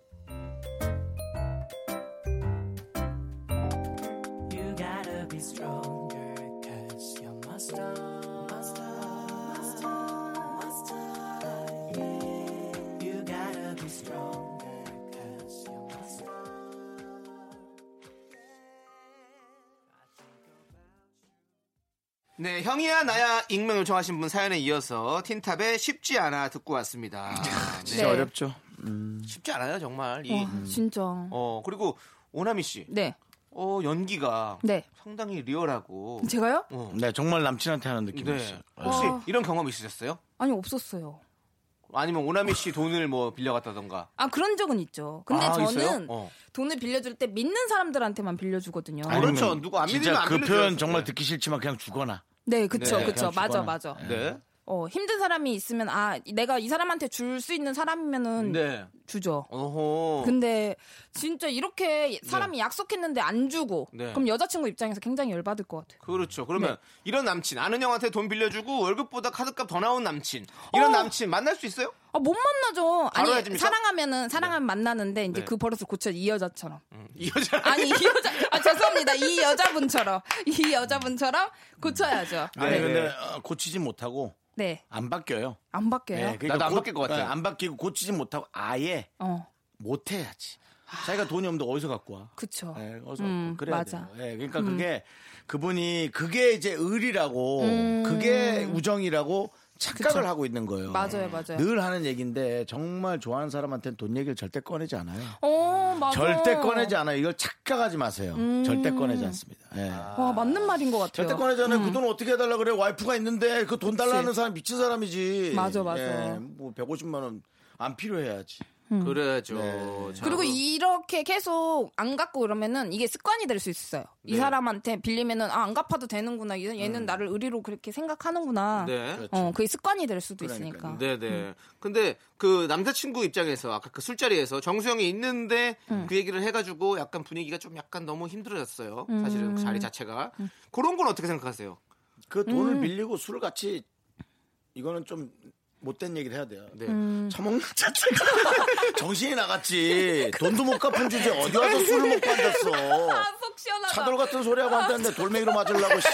[SPEAKER 3] You gotta be stronger, cause you're master. Master, master, master. Yeah. You gotta be stronger, cause you're master.
[SPEAKER 2] 네 형이야 나야 익명 요청하신 분 사연에 이어서 틴탑의 쉽지 않아 듣고 왔습니다.
[SPEAKER 8] 진짜 네.
[SPEAKER 1] 어렵죠.
[SPEAKER 2] 쉽지 않아요 정말. 이,
[SPEAKER 8] 와, 진짜.
[SPEAKER 2] 어 그리고 오나미 씨,
[SPEAKER 8] 네.
[SPEAKER 2] 어 연기가
[SPEAKER 8] 네.
[SPEAKER 2] 상당히 리얼하고.
[SPEAKER 8] 제가요?
[SPEAKER 2] 어.
[SPEAKER 1] 네, 정말 남친한테 하는 느낌이 있어요.
[SPEAKER 2] 네. 혹시
[SPEAKER 8] 어.
[SPEAKER 2] 이런 경험 있으셨어요?
[SPEAKER 8] 아니 없었어요.
[SPEAKER 2] 아니면 오나미 씨 돈을 뭐 빌려갔다던가.
[SPEAKER 8] 아 그런 적은 있죠. 근데
[SPEAKER 2] 아,
[SPEAKER 8] 저는
[SPEAKER 2] 있어요? 어.
[SPEAKER 8] 돈을 빌려줄 때 믿는 사람들한테만 빌려주거든요.
[SPEAKER 2] 아니, 그렇죠. 누구 안 믿으면
[SPEAKER 1] 진짜
[SPEAKER 2] 안
[SPEAKER 1] 그
[SPEAKER 2] 빌려줘요.
[SPEAKER 1] 표현 정말 듣기 싫지만 그냥 주거나.
[SPEAKER 8] 네, 그쵸,
[SPEAKER 2] 네,
[SPEAKER 8] 그쵸.
[SPEAKER 1] 그냥
[SPEAKER 8] 맞아,
[SPEAKER 1] 주거나.
[SPEAKER 8] 맞아.
[SPEAKER 2] 네.
[SPEAKER 8] 어 힘든 사람이 있으면 아 내가 이 사람한테 줄 수 있는 사람이면은
[SPEAKER 2] 네.
[SPEAKER 8] 주죠.
[SPEAKER 2] 어허.
[SPEAKER 8] 근데 진짜 이렇게 사람이 약속했는데 안 주고
[SPEAKER 2] 네.
[SPEAKER 8] 그럼 여자친구 입장에서 굉장히 열받을 것 같아요.
[SPEAKER 2] 그렇죠. 그러면 이런 남친 아는 형한테 돈 빌려주고 월급보다 카드값 더 나온 남친 이런
[SPEAKER 8] 어.
[SPEAKER 2] 만남 만날 수 있어요?
[SPEAKER 8] 아 못 만나죠. 아니
[SPEAKER 2] 바로 해줍니까?
[SPEAKER 8] 사랑하면은 사랑하면 만나는데 이제
[SPEAKER 2] 네.
[SPEAKER 8] 그 버릇을 고쳐 이 여자처럼.
[SPEAKER 2] 음, 이 여자
[SPEAKER 8] 아니 이 여자 아 죄송합니다 이 여자분처럼 이 여자분처럼 고쳐야죠.
[SPEAKER 1] 아니,
[SPEAKER 2] 네.
[SPEAKER 1] 근데 어, 고치지 못하고
[SPEAKER 8] 네 안
[SPEAKER 1] 안 바뀌어요.
[SPEAKER 8] 바뀌어요.
[SPEAKER 1] 그
[SPEAKER 2] 나도 안 바뀔 것
[SPEAKER 1] 네,
[SPEAKER 2] 같아요.
[SPEAKER 1] 안 바뀌고 고치지 못하고 아예
[SPEAKER 8] 어
[SPEAKER 1] 못 해야지.
[SPEAKER 2] 아.
[SPEAKER 1] 자기가 돈이 없는데 어디서 갖고 와?
[SPEAKER 8] 그쵸.
[SPEAKER 1] 예, 어서
[SPEAKER 8] 음,
[SPEAKER 1] 그래야
[SPEAKER 8] 맞아. 음.
[SPEAKER 1] 돼요. 예, 그러니까 그게 그분이 그게 이제 의리라고 그게 우정이라고 착각을
[SPEAKER 8] 음. 그쵸.
[SPEAKER 1] 하고 있는 거예요.
[SPEAKER 8] 맞아요, 맞아요.
[SPEAKER 1] 늘 하는 얘기인데 정말 좋아하는 사람한테는 돈 얘기를 절대 꺼내지 않아요.
[SPEAKER 8] 어 맞아. 음.
[SPEAKER 1] 절대 꺼내지 않아요. 이걸 착각하지 마세요. 절대 꺼내지 않습니다. 예.
[SPEAKER 8] 와 맞는 말인 것 같아요. 음.
[SPEAKER 1] 절대 꺼내지 않아요. 그 돈 어떻게 해달라 그래? 와이프가 있는데 그 돈 달라는 사람 미친 사람이지.
[SPEAKER 8] 맞아, 맞아.
[SPEAKER 1] 예, 뭐 150만 원 안 필요해야지.
[SPEAKER 2] 그래야죠. 자,
[SPEAKER 8] 음. 그리고
[SPEAKER 2] 그-
[SPEAKER 8] 이렇게 계속 안 갚고 그러면은 이게 습관이 될 수 있어요.
[SPEAKER 1] 네.
[SPEAKER 8] 이 사람한테 빌리면은 아, 안 갚아도 되는구나. 얘-
[SPEAKER 1] 음.
[SPEAKER 8] 얘는 나를 의리로 그렇게 생각하는구나.
[SPEAKER 2] 네.
[SPEAKER 1] 그렇죠.
[SPEAKER 2] 음.
[SPEAKER 8] 어, 그게 습관이 될 수도 있으니까.
[SPEAKER 2] 네네. 근데 그 남자친구 입장에서 아까 그 술자리에서 정수영이 있는데
[SPEAKER 8] 음.
[SPEAKER 2] 그 얘기를 해가지고 약간 분위기가 좀 약간 너무 힘들어졌어요.
[SPEAKER 8] 음.
[SPEAKER 2] 사실은 그 자리 자체가 그런 건 어떻게 생각하세요?
[SPEAKER 1] 그 돈을
[SPEAKER 8] 음.
[SPEAKER 1] 빌리고 술을 같이 이거는 좀 못된 얘기를 해야 돼요.
[SPEAKER 2] 네.
[SPEAKER 8] 음.
[SPEAKER 1] 처먹는 자체가 정신이 나갔지. 돈도 못 갚은 주제 어디 와서 술을 못 받았어.
[SPEAKER 8] 아, 속 시원하다.
[SPEAKER 1] 차돌 같은 소리하고 한다는데 돌멩이로 맞으려고. 씨.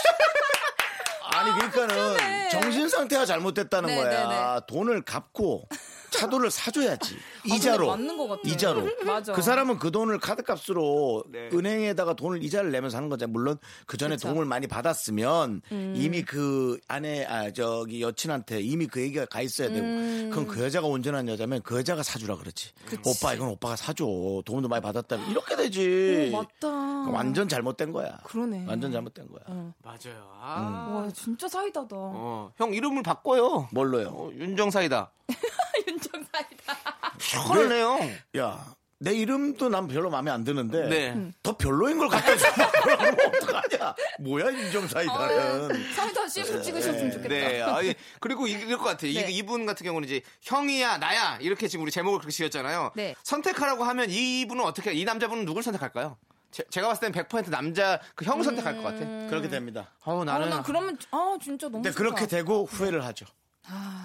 [SPEAKER 1] 아니 그러니까는 정신 상태가 잘못됐다는
[SPEAKER 8] 네,
[SPEAKER 1] 거야.
[SPEAKER 8] 네,
[SPEAKER 1] 돈을 갚고 차돌을 사줘야지 이자로.
[SPEAKER 8] 맞는 것 같아요.
[SPEAKER 1] 이자로.
[SPEAKER 8] 맞아.
[SPEAKER 1] 그 사람은 그 돈을 카드값으로
[SPEAKER 2] 네.
[SPEAKER 1] 은행에다가 돈을 이자를 내면서 하는 거잖아요. 물론 그 전에 도움을 많이 받았으면
[SPEAKER 8] 음.
[SPEAKER 1] 이미 그 아내 아 저기 여친한테 이미 그 얘기가 가 있어야 되고
[SPEAKER 8] 음.
[SPEAKER 1] 그럼 그 여자가 온전한 여자면 그 여자가 사주라 그러지. 오빠 이건 오빠가 사줘. 도움도 많이 받았다. 이렇게 되지.
[SPEAKER 8] 어, 맞다.
[SPEAKER 1] 그럼 완전 잘못된 거야.
[SPEAKER 8] 그러네. 어.
[SPEAKER 1] 완전 잘못된 거야.
[SPEAKER 2] 맞아요. 아.
[SPEAKER 8] 와, 진짜 사이다다.
[SPEAKER 2] 어, 형 이름을 바꿔요.
[SPEAKER 1] 뭘로요?
[SPEAKER 2] 어, 윤정사이다.
[SPEAKER 8] 윤정 사이다.
[SPEAKER 2] 시원하네요.
[SPEAKER 1] 야, 내 이름도 난 별로 마음에 안 드는데
[SPEAKER 2] 네. 음.
[SPEAKER 1] 더 별로인 걸 갖다 주면 어떡하냐? 뭐야 인정사이다는.
[SPEAKER 8] 사이다 CF 찍으셨으면 좋겠다. 어,
[SPEAKER 2] 네, 아, 예. 그리고 이- 이럴 것 같아요. 이-
[SPEAKER 8] 네.
[SPEAKER 2] 이분 같은 경우는 이제 형이야 나야 이렇게 지금 우리 제목을 그렇게 지었잖아요.
[SPEAKER 8] 네.
[SPEAKER 2] 선택하라고 하면 이분은 어떻게 이 남자분은 누굴 선택할까요? 제, 가 봤을 땐 100% 남자 그 형 선택할 것 같아.
[SPEAKER 1] 그렇게 됩니다.
[SPEAKER 2] 어,
[SPEAKER 8] 어,
[SPEAKER 2] 나는
[SPEAKER 8] 나 그러면 아, 진짜 너무
[SPEAKER 1] 근데
[SPEAKER 8] 좋다.
[SPEAKER 1] 그렇게 되고 후회를 하죠.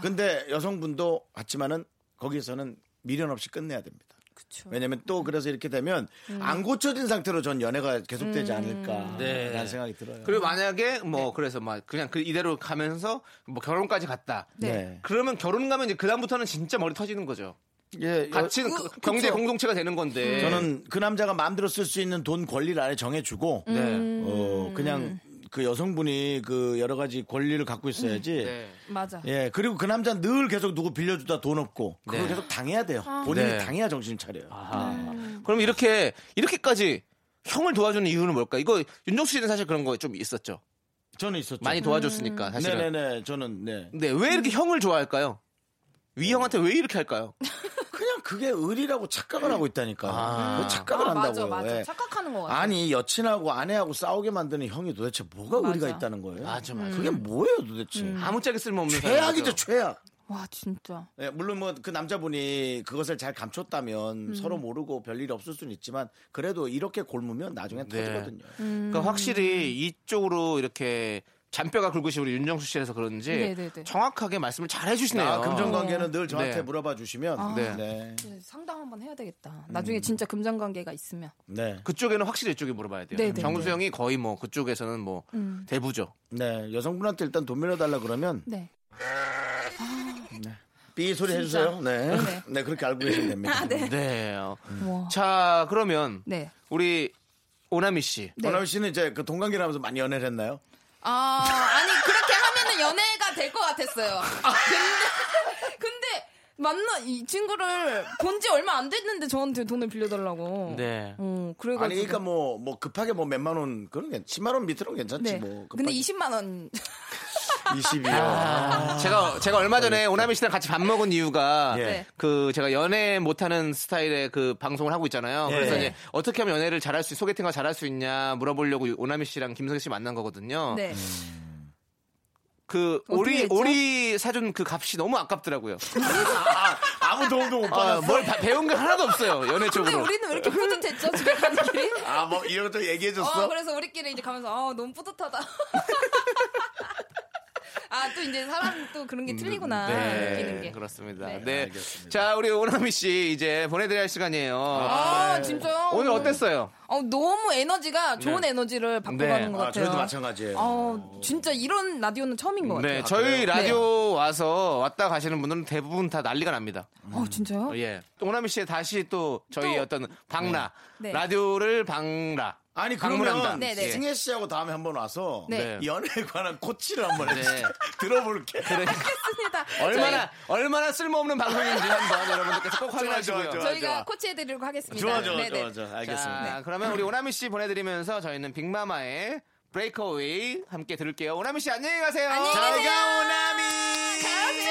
[SPEAKER 1] 근데 여성분도 같지만은 거기에서는 미련 없이 끝내야 됩니다.
[SPEAKER 8] 그쵸. 음.
[SPEAKER 1] 왜냐면 또 그래서 이렇게 되면 안 고쳐진 상태로 전 연애가
[SPEAKER 8] 음.
[SPEAKER 1] 계속되지 않을까라는
[SPEAKER 2] 네.
[SPEAKER 1] 생각이 들어요.
[SPEAKER 2] 그리고 만약에 뭐 그래서 막 그냥 그 이대로 가면서 뭐 결혼까지 갔다.
[SPEAKER 1] 네.
[SPEAKER 2] 그러면 결혼 가면 이제 그 다음부터는 진짜 머리 터지는 거죠.
[SPEAKER 1] 예, 여- 음.
[SPEAKER 2] 같이 는 경제 공동체가 되는 건데.
[SPEAKER 1] 저는 그 남자가 마음대로 쓸 수 있는 돈 권리를 아예 정해주고
[SPEAKER 2] 네.
[SPEAKER 1] 어, 그냥 그 여성분이 그 여러 가지 권리를 갖고 있어야지.
[SPEAKER 2] 네.
[SPEAKER 8] 맞아.
[SPEAKER 1] 예, 그리고 그 남자 는늘 계속 누구 빌려주다 돈 없고 그걸
[SPEAKER 2] 네.
[SPEAKER 1] 계속 당해야 돼요.
[SPEAKER 8] 아.
[SPEAKER 1] 본인이
[SPEAKER 2] 네.
[SPEAKER 1] 당해야 정신 차려요.
[SPEAKER 2] 그럼 이렇게 이렇게까지 형을 도와주는 이유는 뭘까? 이거 윤정수 씨는 사실 그런 거 좀 있었죠.
[SPEAKER 1] 저는 있었죠. 네,
[SPEAKER 2] 많이 도와줬으니까 사실은.
[SPEAKER 1] 네네네, 저는 네.
[SPEAKER 2] 근데 왜 이렇게 형을 좋아할까요? 위 형한테 왜 이렇게 할까요?
[SPEAKER 1] 그냥 그게 의리라고 착각을 하고 있다니까.
[SPEAKER 2] 아.
[SPEAKER 1] 요뭐 착각을
[SPEAKER 8] 아, 맞아,
[SPEAKER 1] 한다고요.
[SPEAKER 8] 맞아.
[SPEAKER 1] 예.
[SPEAKER 8] 착각하는 것 같아.
[SPEAKER 1] 아니 여친하고 아내하고 싸우게 만드는 형이 도대체 뭐가
[SPEAKER 8] 맞아. 음.
[SPEAKER 1] 의리가 있다는 거예요?
[SPEAKER 2] 맞아, 맞아.
[SPEAKER 1] 그게 뭐예요 도대체?
[SPEAKER 2] 아무짝에 쓸모없는
[SPEAKER 1] 음. 최악이죠
[SPEAKER 2] 사람이죠. 그러니까
[SPEAKER 1] 최악.
[SPEAKER 8] 와, 진짜.
[SPEAKER 1] 예, 물론 뭐 그 남자분이 그것을 잘 감췄다면
[SPEAKER 8] 음.
[SPEAKER 1] 서로 모르고 별일 없을 수는 있지만 그래도 이렇게 골무면 나중에
[SPEAKER 2] 네.
[SPEAKER 1] 터지거든요.
[SPEAKER 8] 음.
[SPEAKER 2] 그러니까 확실히 이쪽으로 이렇게 잔뼈가 굵으신 우리 윤정수 씨라서 그런지
[SPEAKER 8] 네, 네, 네.
[SPEAKER 2] 정확하게 말씀을 잘 해주시네요. 어.
[SPEAKER 1] 아, 금전관계는 늘 저한테
[SPEAKER 2] 네.
[SPEAKER 1] 물어봐 주시면
[SPEAKER 8] 아.
[SPEAKER 2] 네.
[SPEAKER 1] 네.
[SPEAKER 8] 상담 한번 해야 되겠다.
[SPEAKER 1] 음.
[SPEAKER 8] 나중에 진짜 금전관계가 있으면.
[SPEAKER 1] 네.
[SPEAKER 2] 그쪽에는 확실히 이쪽에 물어봐야 돼요.
[SPEAKER 8] 네, 네,
[SPEAKER 2] 정수
[SPEAKER 8] 네.
[SPEAKER 2] 형이 거의 뭐 그쪽에서는 뭐 대부죠.
[SPEAKER 1] 네. 여성분한테 일단 돈 빌려달라 그러면
[SPEAKER 8] 네.
[SPEAKER 1] 삐 소리 해주세요. 네. 네.
[SPEAKER 8] 네.
[SPEAKER 1] 그렇게 알고 계시면 됩니다.
[SPEAKER 8] 네.
[SPEAKER 2] 네.
[SPEAKER 8] 와.
[SPEAKER 2] 자 그러면
[SPEAKER 8] 네.
[SPEAKER 2] 우리 오나미 씨.
[SPEAKER 8] 네.
[SPEAKER 1] 권하우 씨는 이제 그 동관계를 하면서 많이 연애를 했나요?
[SPEAKER 8] 아, 아니 그렇게 하면은 연애가 될 것 같았어요. 근데 근데 만나 이 친구를 본 지 얼마 안 됐는데 저한테 돈을 빌려달라고.
[SPEAKER 2] 네.
[SPEAKER 8] 어, 그래가지고.
[SPEAKER 1] 아니 그러니까 뭐 뭐 급하게 뭐 몇만 원 그런 게 10만 원 밑으로는 괜찮지
[SPEAKER 8] 네.
[SPEAKER 1] 뭐.
[SPEAKER 8] 근데 아. 20만 원.
[SPEAKER 1] 20이요.
[SPEAKER 2] 아, 제가 제가 얼마 전에 오나미 씨랑 같이 밥 먹은 이유가
[SPEAKER 1] 예.
[SPEAKER 8] 네.
[SPEAKER 2] 그 제가 연애 못하는 스타일의 그 방송을 하고 있잖아요.
[SPEAKER 1] 예.
[SPEAKER 2] 그래서
[SPEAKER 1] 네.
[SPEAKER 2] 이제 어떻게 하면 연애를 잘할 수 소개팅을 잘할 수 있냐 물어보려고 오나미 씨랑 김성희 씨 만난
[SPEAKER 1] 어.
[SPEAKER 2] 거거든요.
[SPEAKER 1] 음.
[SPEAKER 8] 네.
[SPEAKER 2] 그
[SPEAKER 8] 어떻게
[SPEAKER 2] 오리
[SPEAKER 8] 했죠?
[SPEAKER 2] 오리 사준 그 값이 너무 아깝더라고요.
[SPEAKER 1] 아무 도움도 못
[SPEAKER 2] 아,
[SPEAKER 1] 받았어.
[SPEAKER 2] 뭘 바- 배운 게 하나도 없어요 연애
[SPEAKER 8] 근데
[SPEAKER 2] 쪽으로.
[SPEAKER 8] 우리는 왜 이렇게 뿌듯했죠? 집에 가는 길이?
[SPEAKER 1] 아 뭐 이런 것도 얘기해 줬어.
[SPEAKER 8] 어, 그래서 우리끼리 이제 가면서 아, 너무 뿌듯하다. 아, 또 이제 사람 또
[SPEAKER 1] 음,
[SPEAKER 8] 그런 게 틀리구나.
[SPEAKER 1] 네.
[SPEAKER 8] 느끼는 아, 게.
[SPEAKER 2] 네, 그렇습니다. 네.
[SPEAKER 8] 네.
[SPEAKER 2] 자, 우리 오나미 씨 이제 보내드려야 할 시간이에요.
[SPEAKER 8] 아, 진짜요?
[SPEAKER 2] 오늘 어땠어요?
[SPEAKER 8] 어, 너무 에너지가 좋은 에너지를 받고
[SPEAKER 2] 네.
[SPEAKER 8] 가는 것
[SPEAKER 1] 네. 아,
[SPEAKER 8] 같아요.
[SPEAKER 1] 저희도 마찬가지예요.
[SPEAKER 8] 어, 진짜 이런 라디오는 처음인 것 같아요. 네.
[SPEAKER 2] 네, 저희 라디오 와서 왔다 가시는 분들은 대부분 다 난리가 납니다.
[SPEAKER 8] 어, 진짜요?
[SPEAKER 2] 예. 또 오나미 씨의 다시 또 저희
[SPEAKER 8] 또-
[SPEAKER 2] 어떤 방라
[SPEAKER 8] 네.
[SPEAKER 2] 라디오를 방라
[SPEAKER 1] 아니
[SPEAKER 2] 방문한다.
[SPEAKER 1] 그러면
[SPEAKER 8] 네, 네.
[SPEAKER 1] 승혜 씨하고 다음에 한번 와서
[SPEAKER 8] 네.
[SPEAKER 2] 네.
[SPEAKER 1] 연애에 관한 코치를 한번
[SPEAKER 2] 네.
[SPEAKER 1] 해주세요. 들어볼게.
[SPEAKER 8] 맞습니다.
[SPEAKER 1] 어,
[SPEAKER 2] 얼마나 얼마나 쓸모없는 방송인지 한번 여러분들께서 꼭 확인하시고요.
[SPEAKER 1] 좋아, 좋아.
[SPEAKER 8] 저희, 가 네. 코치해드리도록 하겠습니다.
[SPEAKER 1] 좋아 좋아
[SPEAKER 8] 네네.
[SPEAKER 1] 좋아 좋아 알겠습니다.
[SPEAKER 2] 자, 그러면 우리 오나미 씨 보내드리면서 저희는 빅마마의 브레이크어웨이 함께 들을게요. 오나미 씨 안녕히 가세요.
[SPEAKER 8] 안녕히 가세요.
[SPEAKER 2] 잘가 오나미.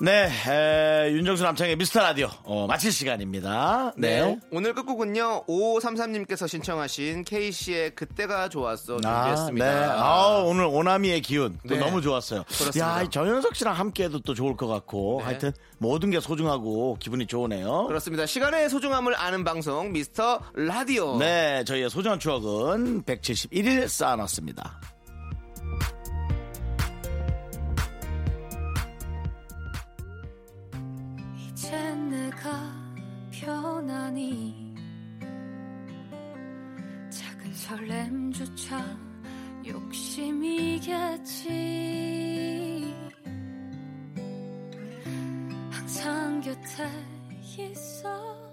[SPEAKER 1] 네, 에, 윤정수 남창의 미스터 라디오 어, 마칠 시간입니다. 네.
[SPEAKER 2] 네. 오늘 끝곡은요 5533님께서 신청하신 K 씨의 그때가 좋았어
[SPEAKER 1] 아, 네.
[SPEAKER 2] 준비했습니다.
[SPEAKER 1] 아, 오늘 오나미의 기운 또
[SPEAKER 2] 네.
[SPEAKER 1] 너무 좋았어요.
[SPEAKER 2] 그렇습니다.
[SPEAKER 1] 야, 이 정현석 씨랑 함께해도 또 좋을 것 같고
[SPEAKER 2] 네. 그렇죠.
[SPEAKER 1] 하여튼 모든 게 소중하고 기분이 좋으네요.
[SPEAKER 2] 그렇습니다. 시간의 소중함을 아는 방송 미스터 라디오.
[SPEAKER 1] 네, 저희의 소중한 추억은 171일 쌓아놨습니다.
[SPEAKER 4] 이젠 내가 편하니 작은 설렘조차 욕심이겠지 항상 곁에 있어